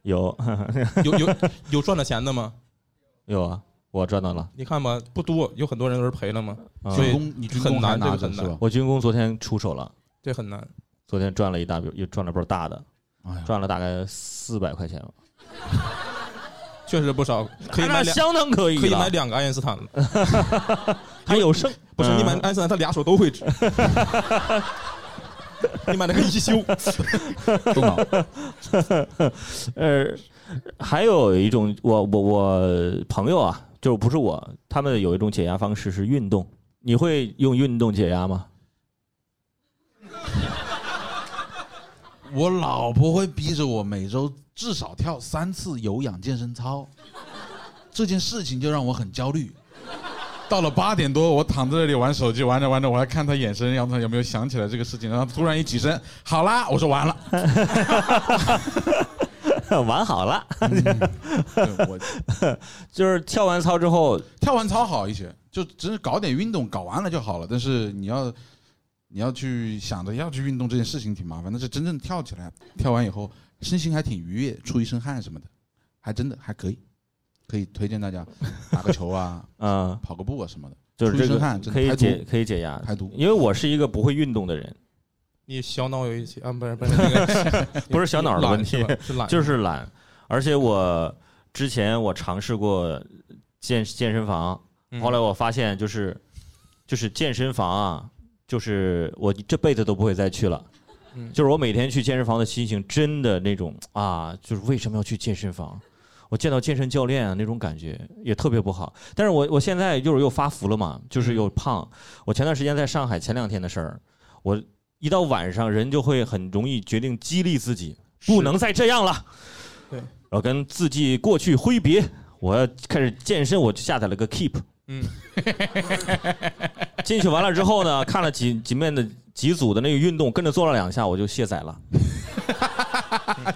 Speaker 3: 有
Speaker 4: 有有有赚了钱的吗？
Speaker 3: 有啊，我赚到了。
Speaker 4: 你看吧，不多，有很多人都是赔了嘛，
Speaker 3: 嗯
Speaker 2: 哼，
Speaker 4: 所
Speaker 2: 军
Speaker 4: 以
Speaker 2: 工你军工还
Speaker 4: 很难
Speaker 2: 拿
Speaker 4: 这
Speaker 2: 着
Speaker 4: 个很
Speaker 2: 是
Speaker 4: 难
Speaker 2: 吧？
Speaker 3: 我军工昨天出手了，
Speaker 4: 这很难。
Speaker 3: 昨天赚了一大笔，又赚了波大的，
Speaker 2: 哎呀，
Speaker 3: 赚了大概四百块钱吧，
Speaker 4: 确实不少，可以买
Speaker 3: 那
Speaker 4: 两
Speaker 3: 相当可以了，
Speaker 4: 可以买两个爱因斯坦了。
Speaker 3: 还有剩。
Speaker 4: 不是
Speaker 3: 嗯
Speaker 4: 你买爱因斯坦，他俩手 都会指。你买了个一休，
Speaker 2: 动脑，
Speaker 3: 呃，还有一种，我我我朋友啊，就是不是我，他们有一种解压方式是运动。你会用运动解压吗？
Speaker 2: 我老婆会逼着我每周至少跳三次有氧健身操，这件事情就让我很焦虑。到了八点多，我躺在这里玩手机，玩着玩着，我还看她眼神，然后她有没有想起来这个事情，然后突然一起身，好啦，我说完了，
Speaker 3: 玩好了，
Speaker 2: 对我
Speaker 3: 就是跳完操之后，
Speaker 2: 跳完操好一些，就只是搞点运动，搞完了就好了。但是你要你要去想着要去运动这件事情挺麻烦，但是真正跳起来，跳完以后身心还挺愉悦，出一身汗什么的，还真的还可以。 可以推荐大家打个球啊，
Speaker 3: 嗯，
Speaker 2: 跑个步啊什么的，
Speaker 3: 就是
Speaker 2: 出
Speaker 3: 这
Speaker 2: 去
Speaker 3: 个
Speaker 2: 看真的
Speaker 3: 可以
Speaker 2: 排
Speaker 3: 解
Speaker 2: 毒
Speaker 3: 可以解压，
Speaker 2: 排毒。
Speaker 3: 因为我是一个不会运动的人，
Speaker 4: 你小脑有一些啊，不是不是那个
Speaker 3: 不是小脑的问题
Speaker 4: 懒是，吧是懒，
Speaker 3: 就是懒。而且我之前我尝试过健健身房，
Speaker 4: 嗯
Speaker 3: 后来我发现就是就是健身房啊，就是我这辈子都不会再去了。
Speaker 4: 嗯
Speaker 3: 就是我每天去健身房的心情，真的那种啊，就是为什么要去健身房？我见到健身教练啊，那种感觉也特别不好。但是我我现在就是又发福了嘛，就是又胖。我前段时间在上海，前两天的事儿，我一到晚上人就会很容易决定激励自己，不能再这样了。
Speaker 4: 对，
Speaker 3: 我跟自己过去挥别，我要开始健身，我就下载了个 Keep。
Speaker 4: 嗯，
Speaker 3: 进去完了之后呢，看了几几面的几组的那个运动，跟着做了两下，我就卸 载了。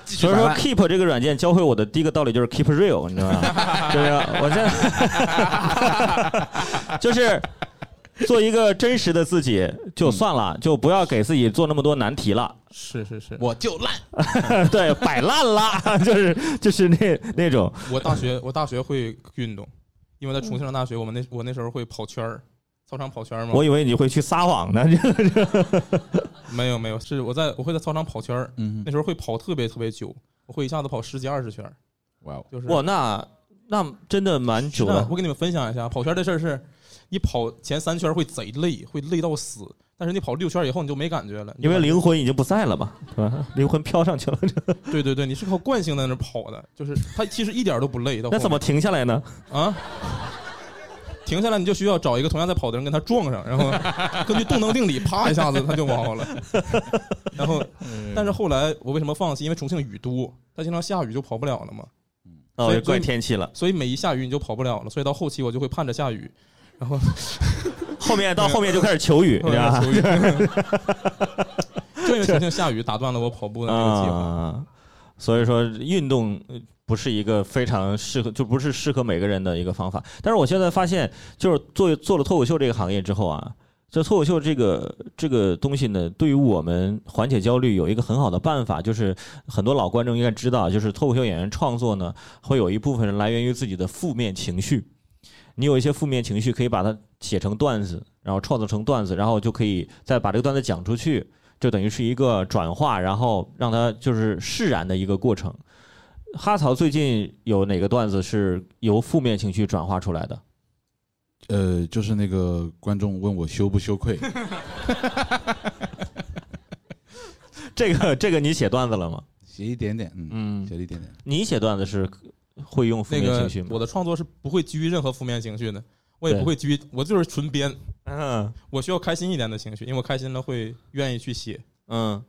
Speaker 3: 所以说 Keep 这个软件教会我的第一个道理就是 Keep real，你知道吗？ 就是我现在 就是做一个真实的自己就算了，就不要给自己做那么多难题了。
Speaker 4: 是是是，
Speaker 2: 我就烂，
Speaker 3: 对，摆烂了， 就是就是那那种，
Speaker 4: 我大学我大学会运动，因为在重庆上大学，我们那我那时候会跑圈儿，操场跑圈儿嘛。
Speaker 3: 我以为你会去撒谎呢。
Speaker 4: 没有没有，是我在我会在操场跑圈儿，
Speaker 2: 嗯
Speaker 4: 那，时候会跑特别特别久，我会一下子跑十几二十圈儿，
Speaker 2: 哇哦，
Speaker 4: 就是
Speaker 3: 哇，那那真的蛮久
Speaker 4: 那
Speaker 3: 的
Speaker 4: 我。给你们分享一下，跑圈这事儿是，你跑前三圈会贼累，会累到死，但是你跑六圈以后你就没感觉了，
Speaker 3: 因为
Speaker 4: 你
Speaker 3: 灵魂已经不在了嘛，是吧？灵魂飘上去了，
Speaker 4: 对对对，你是靠惯性在那跑的，就是它其实一点都不累。到
Speaker 3: 那怎么停下来呢？
Speaker 4: 后面啊？停下来你就需要找一个同样在跑的人跟他撞上， 然后根据动能定理，啪一下子他就往了。然后，但是后来我为什么放弃？因为重庆雨都，它经常下雨就跑不了了嘛，
Speaker 3: 哦，
Speaker 4: 所以
Speaker 3: 也怪天气了。
Speaker 4: 所以每一下雨你就跑不了了，所以到后期我就会盼着下 雨，然后
Speaker 3: 后面到后面就开始求 雨，
Speaker 4: 我
Speaker 3: 你知道
Speaker 4: 要
Speaker 3: 吧？
Speaker 4: 求雨。就因为重庆下雨打断了我跑步的那 个计划。
Speaker 3: 啊，所以说运动呃不是一个非常适合，就不是适合每个人的一个方法。但是我现在发现，就是做做了脱口秀这个行业之后啊，这脱口秀这个这个东西呢，对于我们缓解焦虑有一个很好的办法，就是很多老观众应该知道，就是脱口秀演员创作呢，会有一部分人来源于自己的负面情绪。你有一些负面情绪，可以把它写成段子，然后创作成段子，然后就可以再把这个段子讲出去，就等于是一个转化，然后让它就是释然的一个过程。哈曹最近有哪个段子是由负面情绪转化出来的？
Speaker 2: 呃，就是那个观众问我羞不羞愧，
Speaker 3: 这个这个你写段子了吗？
Speaker 2: 写一点点，嗯，
Speaker 3: 嗯，
Speaker 2: 写了一点点。
Speaker 3: 你写段子是会用负
Speaker 4: 那
Speaker 3: 面
Speaker 4: 个
Speaker 3: 情绪吗？
Speaker 4: 我的创作是不会基于任何负面情绪的，我也
Speaker 3: 对
Speaker 4: 不会基于，我就是纯编，
Speaker 3: 嗯
Speaker 4: 我需要开心一点的情绪，因为我开心了会愿意去写。
Speaker 3: 嗯，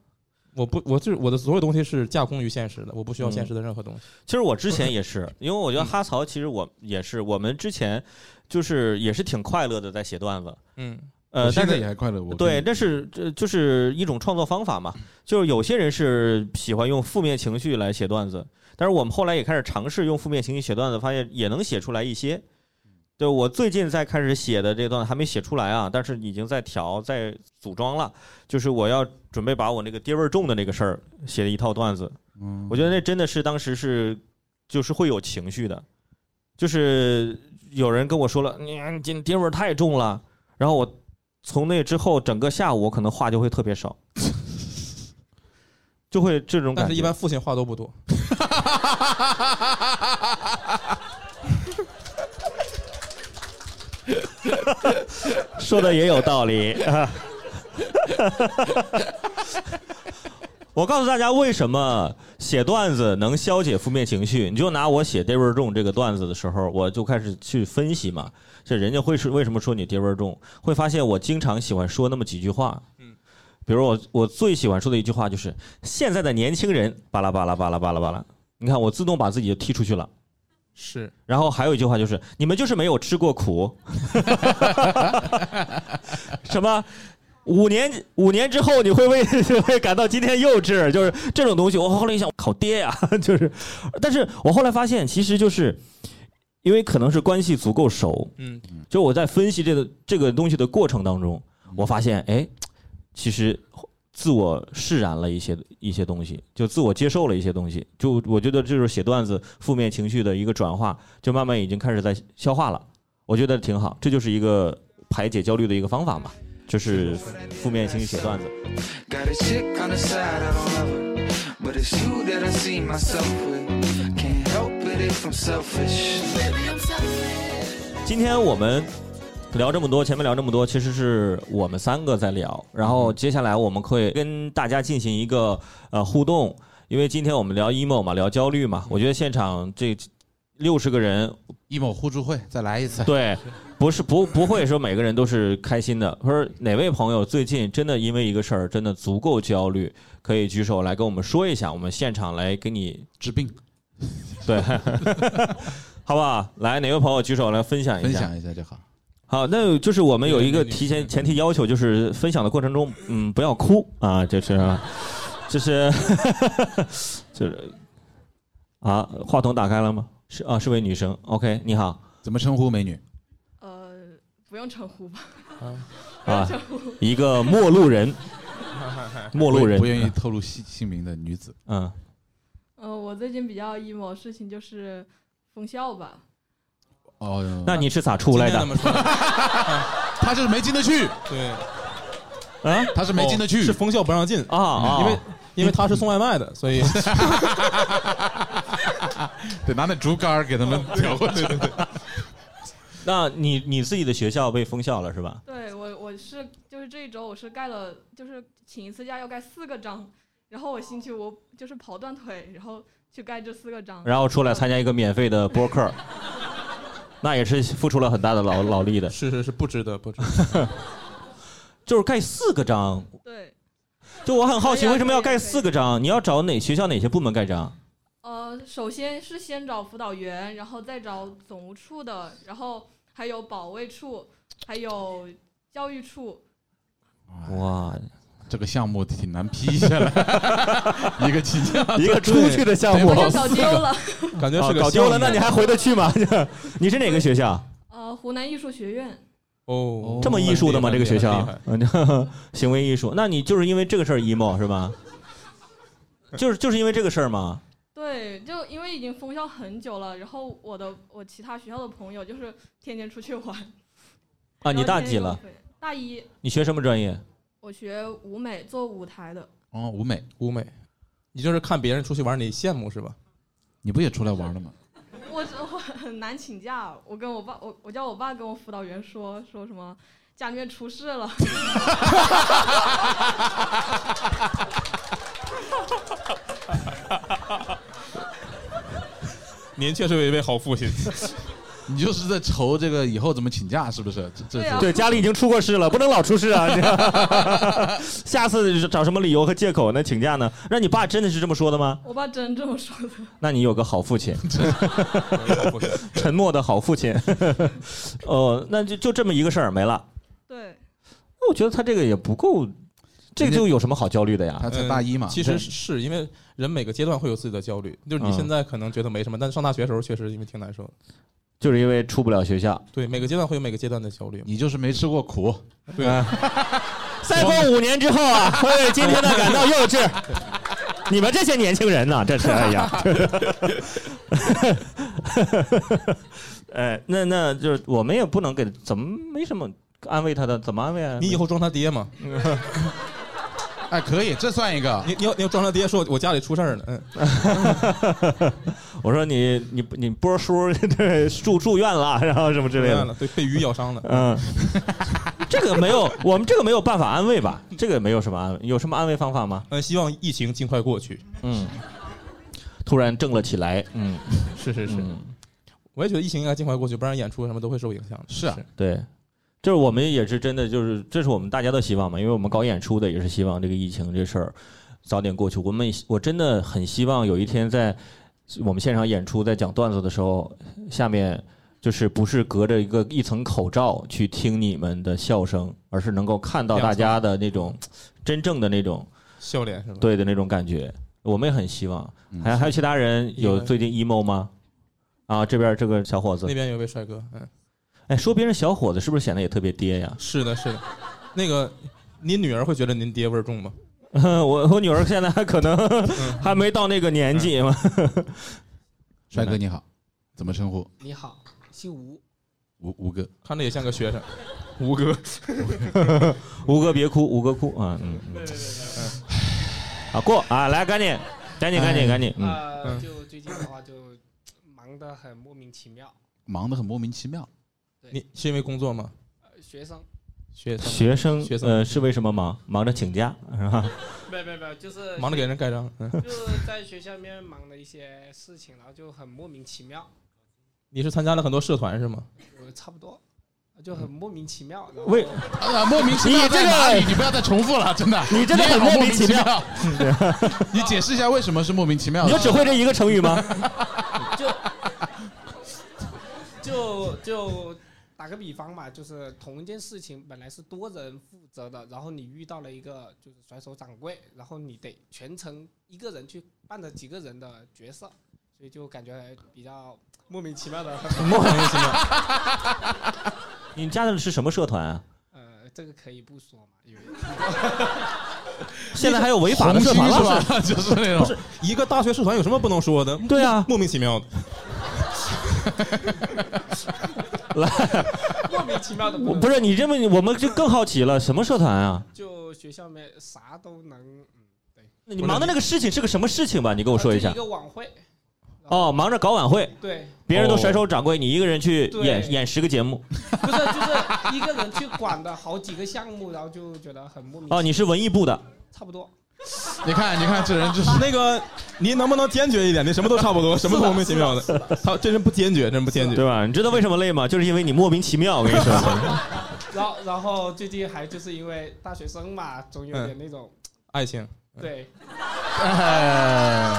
Speaker 4: 我不，我就是我的所有东西是架空于现实的，我不需要现实的任何东西。
Speaker 3: 其实我之前也是，因为我觉得哈曹其实我也是，我们之前就是也是挺快乐的在写段子，
Speaker 4: 嗯，
Speaker 2: 我
Speaker 3: 呃，但
Speaker 2: 现在
Speaker 3: 是
Speaker 2: 也还快乐，我
Speaker 3: 对，
Speaker 2: 可以
Speaker 3: 那是这就是一种创作方法嘛。就是有些人是喜欢用负面情绪来写段子，但是我们后来也开始尝试用负面情绪写段子，发现也能写出来一些。对我最近在开始写的这段还没写出来啊，但是已经在调、在组装了。就是我要准备把我那个爹味儿重的那个事儿写了一套段子，
Speaker 2: 嗯，
Speaker 3: 我觉得那真的是当时是就是会有情绪的，就是有人跟我说了，你你今爹味儿太重了，然后我从那之后整个下午我可能话就会特别少，就会这种感
Speaker 4: 但
Speaker 3: 觉。
Speaker 4: 是一般父亲话都不多。
Speaker 3: 说的也有道理。啊我告诉大家，为什么写段子能消解负面情绪？你就拿我写 David 重这个段子的时候，我就开始去分析嘛。这人家会是为什么说你 David 重？会发现我经常喜欢说那么几句话。
Speaker 4: 嗯
Speaker 3: 比如我我最喜欢说的一句话就是：现在的年轻人巴拉巴拉巴拉巴拉巴拉。你看，我自动把自己就踢出去了。
Speaker 4: 是，
Speaker 3: 然后还有一句话就是，你们就是没有吃过苦。什么？五年五年之后，你会为 会感到今天幼稚，就是这种东西。我后来一想，靠爹呀、 就是。但是我后来发现，其实就是因为可能是关系足够熟，
Speaker 4: 嗯，
Speaker 3: 就我在分析这个这个东西的过程当中，我发现，哎，其实自我释然了一些一些东西，就自我接受了一些东西。就我觉得这就是写段子负面情绪的一个转化，就慢慢已经开始在消化了。我觉得挺好，这就是一个排解焦虑的一个方法嘛，就是负面情绪写段子。
Speaker 5: Got a chick on the side, I don't love her. But it's you that I see myself with. Can't help it if I'm selfish.
Speaker 3: 今天我们聊这么多，前面聊这么多，其实是我们三个在聊，然后接下来我们会跟大家进行一个呃互动，因为今天我们聊 emo 嘛，聊焦虑嘛，我觉得现场这六十个人，
Speaker 2: 一某互助会再来一次。
Speaker 3: 对，不是不不会说每个人都是开心的，或者哪位朋友最近真的因为一个事儿真的足够焦虑，可以举手来跟我们说一下，我们现场来给你
Speaker 2: 治病，
Speaker 3: 对， 好不好？来，哪位朋友举手来分享一下？
Speaker 2: 分享一下就好。
Speaker 3: 好，那就是我们有一个
Speaker 4: 对对对
Speaker 3: 提前
Speaker 4: 对
Speaker 3: 前提要求，就是分享的过程中，嗯，不要哭啊，就是， 就是就是啊，话筒打开了吗？是啊，是位女生。OK，你好
Speaker 2: 怎么称呼美女？
Speaker 6: 呃，不用称呼吧，
Speaker 3: 啊，一个陌路人，陌路人，
Speaker 2: 不愿意透露姓姓名的女子。
Speaker 3: 嗯，
Speaker 6: 呃，我最近比较 emo 的事情就是封校吧，
Speaker 2: 哦，
Speaker 3: 那你是咋出来的
Speaker 4: 今天怎么 说？
Speaker 2: 他就是没进得去，
Speaker 4: 对，哦
Speaker 3: 啊？
Speaker 2: 他是没进得去。
Speaker 4: 是封校不让进，
Speaker 3: 啊啊！
Speaker 4: 因为因为他是送外卖的，所 以，
Speaker 2: 得拿那竹竿儿给他们挑过去。
Speaker 3: 那你你自己的学校被封校了是吧？
Speaker 6: 对我我是就是这一周我是盖了，就是请一次假要盖四个章，然后我星期五就是跑断腿，然后去盖这四个章，
Speaker 3: 然后出来参加一个免费的播客，那也是付出了很大的劳劳力的
Speaker 4: 是是是不值得，不值得。
Speaker 3: 就是盖四个章，
Speaker 6: 对，
Speaker 3: 就我很好奇，
Speaker 6: 可以啊
Speaker 3: 为什么要
Speaker 6: 可
Speaker 3: 盖
Speaker 6: 以可以
Speaker 3: 四个章？你要找哪学校哪些部门盖章？
Speaker 6: 呃，首先是先找辅导员，然后再找总务处的，然后还有保卫处，还有教育处，
Speaker 3: 哇，
Speaker 2: 这个项目挺难批下来， 一个期间
Speaker 3: 一个出去的项
Speaker 2: 目
Speaker 6: 我
Speaker 2: 对
Speaker 6: 就搞丢了。
Speaker 4: 感觉
Speaker 3: 啊
Speaker 4: 是个
Speaker 3: 搞丢了，
Speaker 4: 项目
Speaker 3: 那你还回得去吗？ 你是哪个学校？
Speaker 6: 呃，湖南艺术学院，
Speaker 4: 哦，
Speaker 3: 这么艺术的吗？这
Speaker 4: 很
Speaker 3: 个
Speaker 4: 厉害
Speaker 3: 学校
Speaker 4: 很厉害，
Speaker 3: 嗯 行为艺术？那你就是因为这个事儿 emo 是吧？就是就是因为这个事儿吗？
Speaker 6: 对，就因为已经封校很久了，然后我的我其他学校的朋友就是天天出去玩。
Speaker 3: 啊，你
Speaker 6: 然后
Speaker 3: 大
Speaker 6: 天
Speaker 3: 几
Speaker 6: 天
Speaker 3: 了？
Speaker 6: 对？大一，
Speaker 3: 你学什么专业？
Speaker 6: 我学舞美，做舞台的。
Speaker 2: 哦，舞美，
Speaker 4: 舞美，你就是看别人出去玩，你羡慕是吧？
Speaker 2: 你不也出来玩了吗？
Speaker 6: 我我很难请假，我跟我爸，我我叫我爸跟我辅导员说说什么。家里面出事了，
Speaker 4: 您确实为一位好 父亲，
Speaker 2: 你就是在愁这个以后怎么请假，是不是？这这
Speaker 6: 对啊
Speaker 3: 对，家里已经出过事了，不能老出事啊！你知道吗 下次找什么理由和借口呢？请假呢？让你爸真的是这么说的吗？
Speaker 6: 我爸真这么说的。
Speaker 3: 那你有个好父亲。
Speaker 4: 好父亲
Speaker 3: 沉默的好父亲。 哦，那就就这么一个事儿没了。
Speaker 6: 对，
Speaker 3: 那我觉得他这个也不够，这个就有什么好焦虑的呀？
Speaker 2: 他才大一嘛，
Speaker 4: 嗯其实是因为人每个阶段会有自己的焦虑，就是你
Speaker 3: 嗯
Speaker 4: 现在可能觉得没什么，但是上大学的时候确实因为挺难受的。
Speaker 3: 就是因为出不了学校。
Speaker 4: 对，每个阶段会有每个阶段的焦虑。
Speaker 2: 你就是没吃过苦，
Speaker 4: 对，
Speaker 3: 再过五年之后啊， 会为今天的感到幼 稚。你们这些年轻人呐、这是哎呀， 哎，那那就是我们也不能给，怎么没什么安慰他的？怎么安慰啊？
Speaker 4: 你以后装他爹嘛？
Speaker 2: 哎，可以，这算一个。
Speaker 4: 你你要你要装他爹，说我家里出事儿了，嗯，
Speaker 3: 我说你你你波叔 对住住院了，然后什么之类
Speaker 4: 这
Speaker 3: 的
Speaker 4: 样。了，对，被鱼咬伤了。
Speaker 3: 嗯，这个没有，我们这个没有办法安慰吧？这个没有什么安慰，有什么安慰方法吗？
Speaker 4: 嗯，希望疫情尽快过去。
Speaker 3: 嗯，突然正了起来。嗯
Speaker 4: 是是是，
Speaker 3: 嗯，
Speaker 4: 我也觉得疫情应该尽快过去，不然演出什么都会受影响的。
Speaker 2: 是啊，
Speaker 3: 对，就是我们也是真的，就是这是我们大家的希望嘛，因为我们搞演出的也是希望这个疫情这事儿早点过去。我们我真的很希望有一天在我们现场演出，在讲段子的时候，下面。就是不是隔着一个一层口罩去听你们的笑声，而是能够看到大家的那种真正的那种
Speaker 4: 笑脸是吧？，
Speaker 3: 对的那种感觉，我们也很希望。
Speaker 2: 嗯
Speaker 3: 还还有其他人有最近 emo 吗？啊，这边这个小伙子
Speaker 4: 那，边有位帅哥，嗯，
Speaker 3: 哎，说别人小伙子是不是显得也特别爹呀？
Speaker 4: 是的，是的，那个。你女儿会觉得您爹味儿重吗？
Speaker 3: 我我女儿现在还可能还没到那个年纪 嘛。
Speaker 2: 帅哥你好，怎么称呼？
Speaker 7: 你好，姓吴，
Speaker 2: 吴吴哥，
Speaker 4: 看着也像个学生。吴哥，
Speaker 3: 吴哥别哭，吴哥哭啊，嗯嗯。啊过啊，来赶紧，赶紧，赶紧，赶紧，嗯，
Speaker 7: 呃，就最近的话就忙得很莫名其妙，
Speaker 2: 忙得很莫名其妙。
Speaker 4: 你是因为工作吗？
Speaker 7: 呃学生，
Speaker 4: 学生
Speaker 3: 学生
Speaker 4: 学生
Speaker 3: 呃是为什么忙？忙着请假是吧？
Speaker 7: 没有没有没有，就是
Speaker 4: 忙着给人盖章。嗯，
Speaker 7: 就是在学校里面忙的一些事情，然后就很莫名其妙，
Speaker 4: 你是参加了很多社团是吗？
Speaker 7: 我差不多呃就很莫名其妙。然后
Speaker 3: 为
Speaker 2: 啊，莫名其妙
Speaker 3: 你这
Speaker 2: 在
Speaker 3: 个
Speaker 2: 哪里？你不要再重复了，真的。
Speaker 3: 你真的
Speaker 2: 也
Speaker 3: 很
Speaker 2: 好
Speaker 3: 莫
Speaker 2: 莫
Speaker 3: 名其妙
Speaker 2: 妙。 你解释一下为什么是莫名其妙
Speaker 3: 你就
Speaker 2: 的？
Speaker 3: 只会这一个成语吗？
Speaker 7: 就就就打个比方嘛，就是同一件事情本来是多人负责的，然后你遇到了一个就是甩手掌柜，然后你得全程一个人去扮着几个人的角色，所以就感觉比较莫名其妙的。
Speaker 4: 莫名其妙。
Speaker 3: 你加的是什么社团啊？
Speaker 7: 呃，这个可以不说嘛，因为
Speaker 3: 现在还有违法的
Speaker 2: 红
Speaker 3: 社
Speaker 2: 星
Speaker 3: 团
Speaker 2: 是
Speaker 3: 了？
Speaker 2: 吧？ 就是那种。
Speaker 4: 一个大学社团有什么不能说的？
Speaker 3: 对啊，
Speaker 4: 莫名其妙的。
Speaker 7: 莫名其妙的
Speaker 3: 我不是你这么，我们就更好奇了，什么社团啊？
Speaker 7: 就学校里面啥都能，嗯，对，
Speaker 3: 那你忙的那个事情是个什么事情吧？你跟我说一
Speaker 7: 呃
Speaker 2: 啊
Speaker 3: 下
Speaker 7: 就。一个晚会，
Speaker 3: 哦，忙着搞晚会，
Speaker 7: 对，
Speaker 3: 别人都甩手掌柜，你一个人去
Speaker 7: 对
Speaker 3: 演演十个节目。
Speaker 7: 不是就是一个人去管的好几个项目，然后就觉得很莫名其妙。
Speaker 3: 哦，你是文艺部的，
Speaker 7: 差不多。
Speaker 2: 你看，
Speaker 4: 啊
Speaker 2: 你看，这人就是
Speaker 4: 那个，您能不能坚决一点？你什么都差不多，什么都莫名其妙 的。他这人不坚决，真不坚 决。
Speaker 3: 对吧？你知道为什么累吗？就是因为你莫名其妙。我跟你说，
Speaker 7: 然后，然后最近还就是因为大学生嘛，总有
Speaker 3: 嗯
Speaker 7: 点那种、
Speaker 4: 爱情
Speaker 7: 对，
Speaker 2: 哎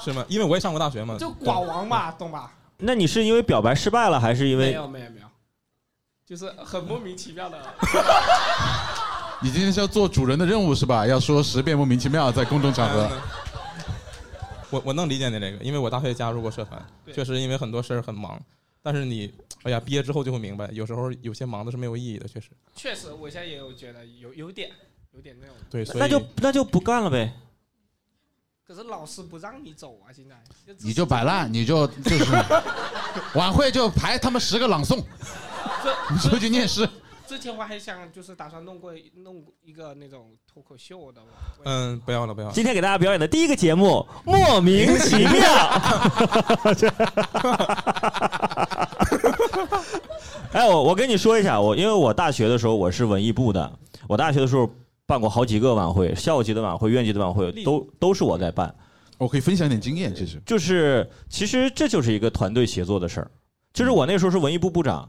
Speaker 4: 是吗？因为我也上过大
Speaker 3: 嗯
Speaker 4: 学嘛。
Speaker 7: 就寡王嘛，懂吧？
Speaker 3: 那你是因为表白失败了，还是因
Speaker 7: 没
Speaker 3: 为
Speaker 7: 有没有没有，就是很莫名其妙的。
Speaker 2: 你今天是要做主人的任务是吧？要说十遍莫名其妙在公众场 合。
Speaker 4: 我我能理解你这个，因为我大学也加入过社团，
Speaker 7: 对
Speaker 4: 确实因为很多事儿很忙。但是你，哎呀，毕业之后就会明白，有时候有些忙的是没有意义的，确实。
Speaker 7: 确实，我现在也有觉得有有点有点那种，
Speaker 4: 对，所以
Speaker 3: 那就那就不干了呗？
Speaker 7: 可是老师不让你走啊，现在
Speaker 2: 你就摆烂，你就 就是晚会就排他们十个朗诵，
Speaker 7: 这
Speaker 2: 你出去念诗。
Speaker 7: 之前我还想就是打算弄过弄一个那种脱口秀的，我
Speaker 4: 嗯，不要了，不要了。
Speaker 3: 今天给大家表演的第一个节目，莫名其妙。哎，我我跟你说一下，我因为我大学的时候我是文艺部的，我大学的时候办过好几个晚会，校级的晚会、院级的晚会都都是我在办。
Speaker 2: 我可以分享一点经验，其实
Speaker 3: 就是其实这就是一个团队协作的事儿。就是我那时候是文艺部部长，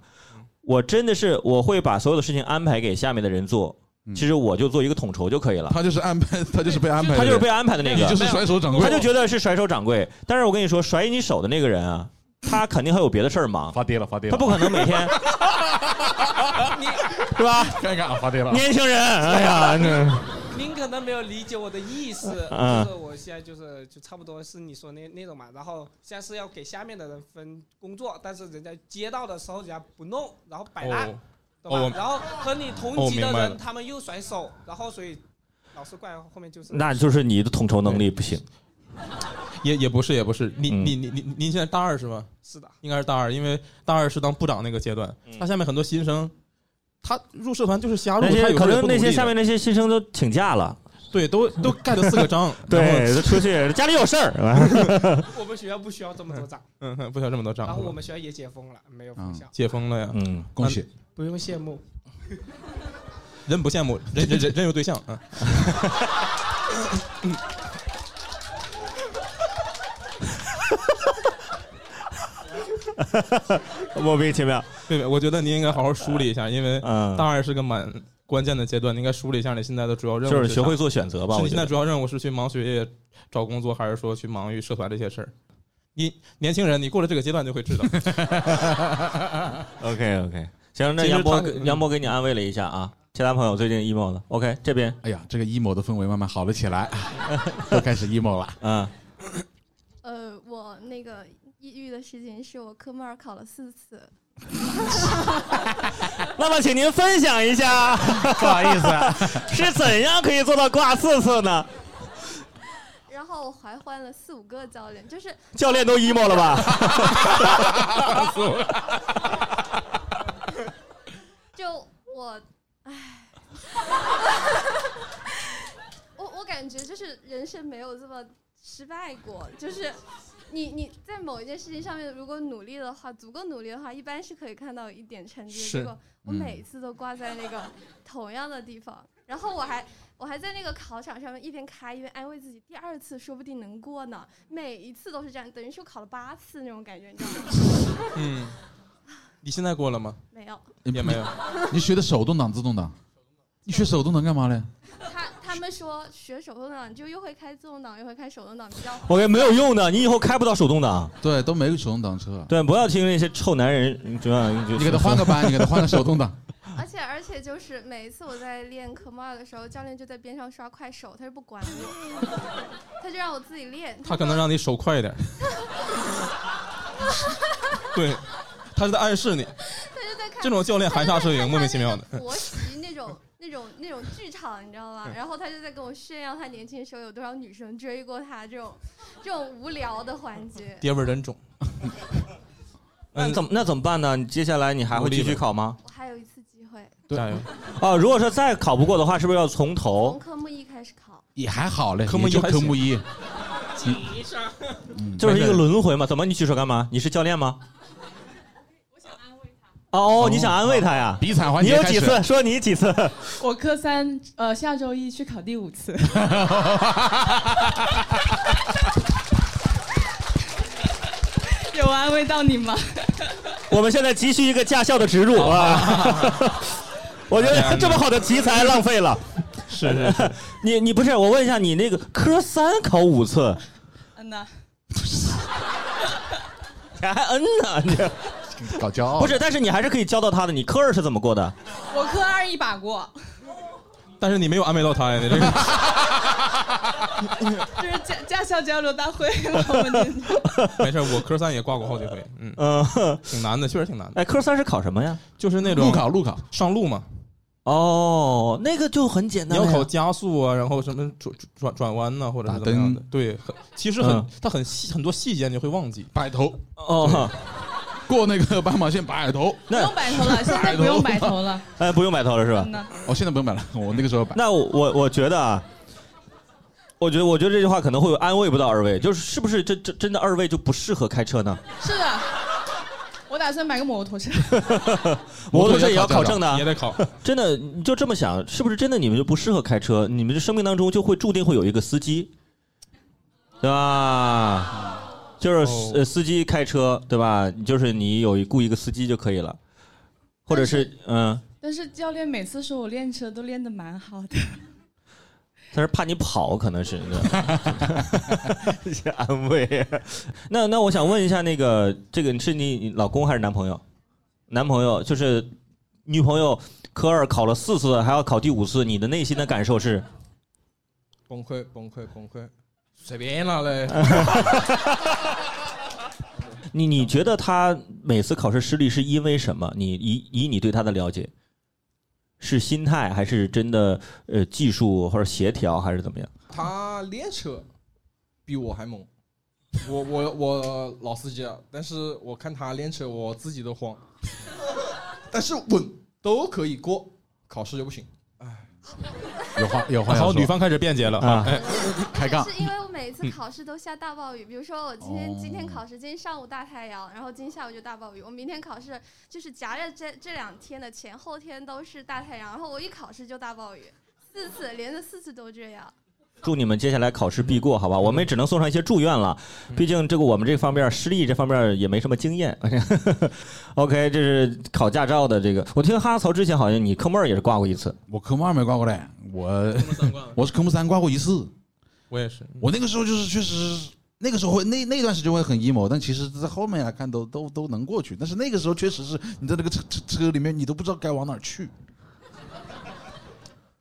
Speaker 3: 我真的是我会把所有的事情安排给下面的人做，
Speaker 2: 嗯
Speaker 3: 其实我就做一个统筹就可以了。
Speaker 2: 他就是安排，他就是被安排的人，
Speaker 3: 他就是被安排的那
Speaker 2: 你
Speaker 3: 个，
Speaker 2: 就是甩手掌柜，
Speaker 3: 他就觉得是甩手掌柜。但是我跟你说，甩你手的那个人啊，他肯定还有别的事 儿忙，
Speaker 8: 发跌了，发跌
Speaker 3: 他
Speaker 8: 了，
Speaker 3: 不可能每天，是吧？
Speaker 8: 看一看啊，发跌了。
Speaker 3: 年轻人，哎呀，那
Speaker 7: 您可能没有理解我的意思，
Speaker 3: 嗯
Speaker 7: 就是我现在就是就差不多是你说那那种嘛，然后现在是要给下面的人分工作，但是人家接到的时候人家不弄，然后摆烂，
Speaker 4: 哦，
Speaker 7: 懂吧？
Speaker 4: 哦我
Speaker 7: 然后和你同级的
Speaker 4: 哦明白
Speaker 7: 人、
Speaker 4: 了
Speaker 7: 他们又甩手，然后所以老是怪后面就是
Speaker 3: 那就是你的统筹能力不行。
Speaker 4: 也也不是，也不是。你
Speaker 3: 嗯
Speaker 4: 你你你您现在大二是吧？
Speaker 7: 是的，
Speaker 4: 应该是大二，因为大二是当部长那个阶段，他下面很多新生，他入社团就是瞎入，
Speaker 3: 嗯那
Speaker 4: 他
Speaker 3: 些
Speaker 4: 有时
Speaker 3: 可
Speaker 4: 候也
Speaker 3: 能
Speaker 4: 不
Speaker 3: 那
Speaker 4: 努力
Speaker 3: 些
Speaker 4: 的
Speaker 3: 下面那些新生都请假了，
Speaker 4: 对都都盖了四个章，然后，
Speaker 3: 对，出去家里有事儿。
Speaker 7: 我们学校不需要这么多长，
Speaker 4: 嗯，哼不需要这么多章
Speaker 7: 然后我们学校也解封了，没有封校，
Speaker 4: 解封了呀，
Speaker 3: 嗯，
Speaker 2: 恭喜。
Speaker 7: 不用羡慕。
Speaker 4: 人不羡慕，人人人人有对象啊，
Speaker 3: 莫名其妙。
Speaker 4: 对对？我觉得您应该好好梳理一下，因为
Speaker 3: 嗯
Speaker 4: 大，二是个蛮关键的阶段，你应该梳理一下你现在的主要任务
Speaker 3: 就是
Speaker 4: 啥
Speaker 3: 学会。做选择吧。
Speaker 4: 是
Speaker 3: 我
Speaker 4: 你
Speaker 3: 觉
Speaker 4: 现在
Speaker 3: 得
Speaker 4: 主要任务是去忙学业、找工作，还是说去忙于社团这些事儿？你年轻人，你过了这个阶段就会知 道。
Speaker 3: OK OK，行，那
Speaker 4: 其实
Speaker 3: 杨波
Speaker 4: 他
Speaker 2: 嗯
Speaker 3: 杨波给你安慰了一下啊。其他朋友最近 emo 的，OK 这边，
Speaker 2: 哎呀，这个 emo 的氛围慢慢好了起来， 又开始 emo 了。
Speaker 3: 嗯，
Speaker 9: 呃，我那个抑郁的事情是我科目二考了四次，
Speaker 3: 那么，请您分享一下，
Speaker 8: 不好意思啊，
Speaker 3: 是怎样可以做到挂四次呢？
Speaker 9: 然后我还换了四五个教练，就是
Speaker 3: 教练都 emo 了吧？
Speaker 9: 就我，唉，我我感觉就是人生没有这么失败过，就是你你在某一件事情上面如果努力的话，足够努力的话，一般是可以看到一点成绩的。
Speaker 4: 是
Speaker 9: 结果我
Speaker 2: 嗯
Speaker 9: 每次都挂在那个同样的地方，然后我还。我还在那个考场上面一边开一边安慰自己，第二次说不定能过呢。每一次都是这样，等于是我考了八次那种感觉，你知道吗？
Speaker 4: 嗯，你现在过了吗？
Speaker 9: 没有，
Speaker 4: 也没有。
Speaker 2: 你学的手动挡、自动挡？你学手动挡干嘛嘞？
Speaker 9: 他他们说学手动挡就又会开自动挡又会开手动挡比较
Speaker 3: 我跟没有用的，你以后开不到手动挡。
Speaker 2: 对，都没有手动挡车。
Speaker 3: 对，不要听那些臭男人，这样就
Speaker 2: 你给他换个班，你给他换个手动挡。
Speaker 9: 而且而且就是每一次我在练科目二的时候，教练就在边上刷快手，他就不管我， 他就让我自己练。
Speaker 4: 他可能让你手快一点。 对，他是在暗示你，
Speaker 9: 他就在看
Speaker 4: 这种教练含沙射影，莫名其妙的。嗯
Speaker 9: 的国旗那种那种那种剧场，你知道吗？然后他就在跟我炫耀他年轻的时候有多少女生追过他，这种这种无聊的环节，
Speaker 4: 爹味儿真重。
Speaker 3: 那嗯怎么那怎么办呢？你接下来你还会继续考吗？
Speaker 9: 我还有一次机会
Speaker 4: 加油！
Speaker 3: 啊，如果说再考不过的话，是不是要从
Speaker 9: 从
Speaker 3: 头？
Speaker 9: 科目一开始考。
Speaker 2: 也还好嘞，
Speaker 4: 科目
Speaker 2: 也
Speaker 4: 一
Speaker 2: 就
Speaker 4: 还
Speaker 2: 科
Speaker 4: 行
Speaker 2: 目一，
Speaker 7: 急上，
Speaker 2: 嗯
Speaker 3: 就是一个轮回嘛。怎么你举手干嘛？你是教练吗？哦，你想安慰他呀？
Speaker 2: 比惨环
Speaker 3: 你
Speaker 2: 节
Speaker 3: 有
Speaker 2: 哦开
Speaker 3: 几
Speaker 2: 始。
Speaker 3: 次？说你几次？
Speaker 10: 我科三，呃，下周一去考第五次。 有安慰到你吗？
Speaker 3: 我们现在急需一个驾校的植入啊！ 我觉得这么好的题材浪费 了。
Speaker 4: 是是是，
Speaker 3: 你你不是我问一下，你那个科三考五次，
Speaker 10: 嗯呐，
Speaker 3: 你还嗯呢？你
Speaker 2: 搞骄傲。
Speaker 3: 不是，但是你还是可以教到他的。你科二是怎么过的？
Speaker 10: 我科二一把过，
Speaker 4: 但是你没有安慰到他呀，你这个
Speaker 10: 就是驾驾校交流大会，我们
Speaker 4: 没事。我科三也挂过好几回，嗯，
Speaker 3: 嗯，
Speaker 4: 挺难的，确实挺难的，
Speaker 3: 哎，科三是考什么呀？
Speaker 4: 就是那
Speaker 2: 路
Speaker 4: 种
Speaker 2: 考路考，
Speaker 4: 上路嘛，
Speaker 3: 哦，那个就很简
Speaker 4: 你
Speaker 3: 单
Speaker 4: 要
Speaker 3: 了呀。
Speaker 4: 考加速啊，然后什么转转转弯呐、或者是怎么样的
Speaker 2: 打。
Speaker 4: 对，很其实很
Speaker 3: 嗯
Speaker 4: 它很细，很多细节你会忘记。
Speaker 2: 摆头
Speaker 3: 哦，
Speaker 2: 过那个斑马线摆头。
Speaker 10: 不用摆 头了，现在不用摆头 了。
Speaker 3: 哎，不用买套了是吧
Speaker 10: 嗯？呐，
Speaker 2: 哦，现在不用摆了，我那个时候摆。
Speaker 3: 那我我我觉得啊，我觉得我觉得这句话可能会安慰不到二位，就是是不是真真真的二位就不适合开车呢？
Speaker 10: 是的，我打算买个摩托车。
Speaker 3: 摩
Speaker 2: 托
Speaker 3: 托车
Speaker 2: 车
Speaker 3: 也
Speaker 2: 也
Speaker 3: 要
Speaker 2: 要
Speaker 3: 考
Speaker 2: 考
Speaker 3: 证
Speaker 2: 证
Speaker 3: 的啊
Speaker 4: 也，得考，
Speaker 3: 真的你就这么想，是不是真的你们就不适合开车？你们这生命当中就会注定会有一个司机，对吧？就是司
Speaker 4: 哦
Speaker 3: 呃司机开车对吧？就是你有一雇一个司机就可以了，或者是嗯，
Speaker 10: 但是教练每次说我练车都练得蛮好的，
Speaker 3: 他是怕你跑，可能是对一些安慰。 那那我想问一下，那个这个是你你老公还是男朋友？男朋友就是女朋友科二考了四次，还要考第五次，你的内心的感受是？
Speaker 4: 崩溃崩溃崩溃，随便了嘞。
Speaker 3: 你你觉得他每次考试失利是因为什么？你以以你对他的了解，是心态还是真的呃技术或者协调还是怎么样？
Speaker 11: 他练车比我还猛，我我我老司机了，但是我看他练车，我自己都慌。但是稳都可以过，考试就不行。
Speaker 2: 有话有话要
Speaker 4: 好，
Speaker 2: 说
Speaker 4: 女，方开始辩解了
Speaker 3: 啊
Speaker 4: 啊！哎，
Speaker 2: 开杠嗯
Speaker 9: 是因为我每一次考试都下大暴雨，比如说我今天、今
Speaker 2: 哦
Speaker 9: 天考试，今天上午大太阳，然后今天下午就大暴雨。我明天考试就是夹着这这两天的前后天都是大太阳，然后我一考试就大暴雨，四次连着四次都这样。
Speaker 3: 祝你们接下来考试必过，好吧？我们也只能送上一些祝愿了，毕竟这个我们这方面失利这方面也没什么经验。OK，这是考驾照的这个，我听哈曹之前好像你科目二也是挂过一次，
Speaker 2: 我科目二没挂过嘞，我我是科目三挂过一次。
Speaker 4: 我也是，
Speaker 2: 我那个时候就是确实，那个时候会那那段时间会很 emo，但其实在后面来看都都都能过去。但是那个时候确实是你在那个车车车里面，你都不知道该往哪儿去。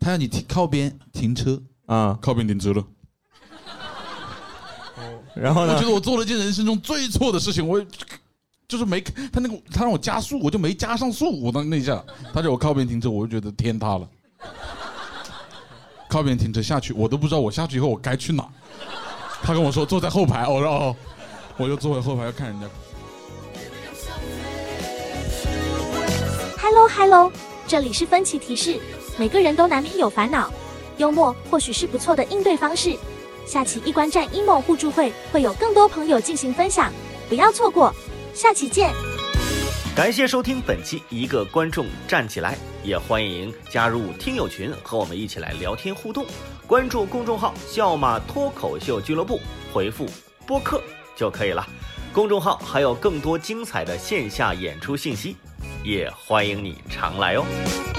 Speaker 2: 他让你停靠边停车，
Speaker 3: 啊、
Speaker 2: 靠边停车了。
Speaker 3: 然后
Speaker 2: 我
Speaker 3: 呢
Speaker 2: 觉？得我做了一件人生中最错的事情，我就是没他那个他让我加速，我就没加上速，我那那一下，他叫我靠边停车，我就觉得天塌了。靠边停车下去，我都不知道我下去以后我该去哪。他跟我说坐在后排，我说哦，我就坐在后排要看人家。
Speaker 9: Hello Hello，这里是分歧提示，每个人都难免有烦恼，幽默或许是不错的应对方式。下期一观站 emo 互助会会有更多朋友进行分享，不要错过，下期见。
Speaker 1: 感谢收听本期《一个观众站起来》，也欢迎加入听友群和我们一起来聊天互动。关注公众号“笑马脱口秀俱乐部”，回复“播客”就可以了。公众号还有更多精彩的线下演出信息，也欢迎你常来哦。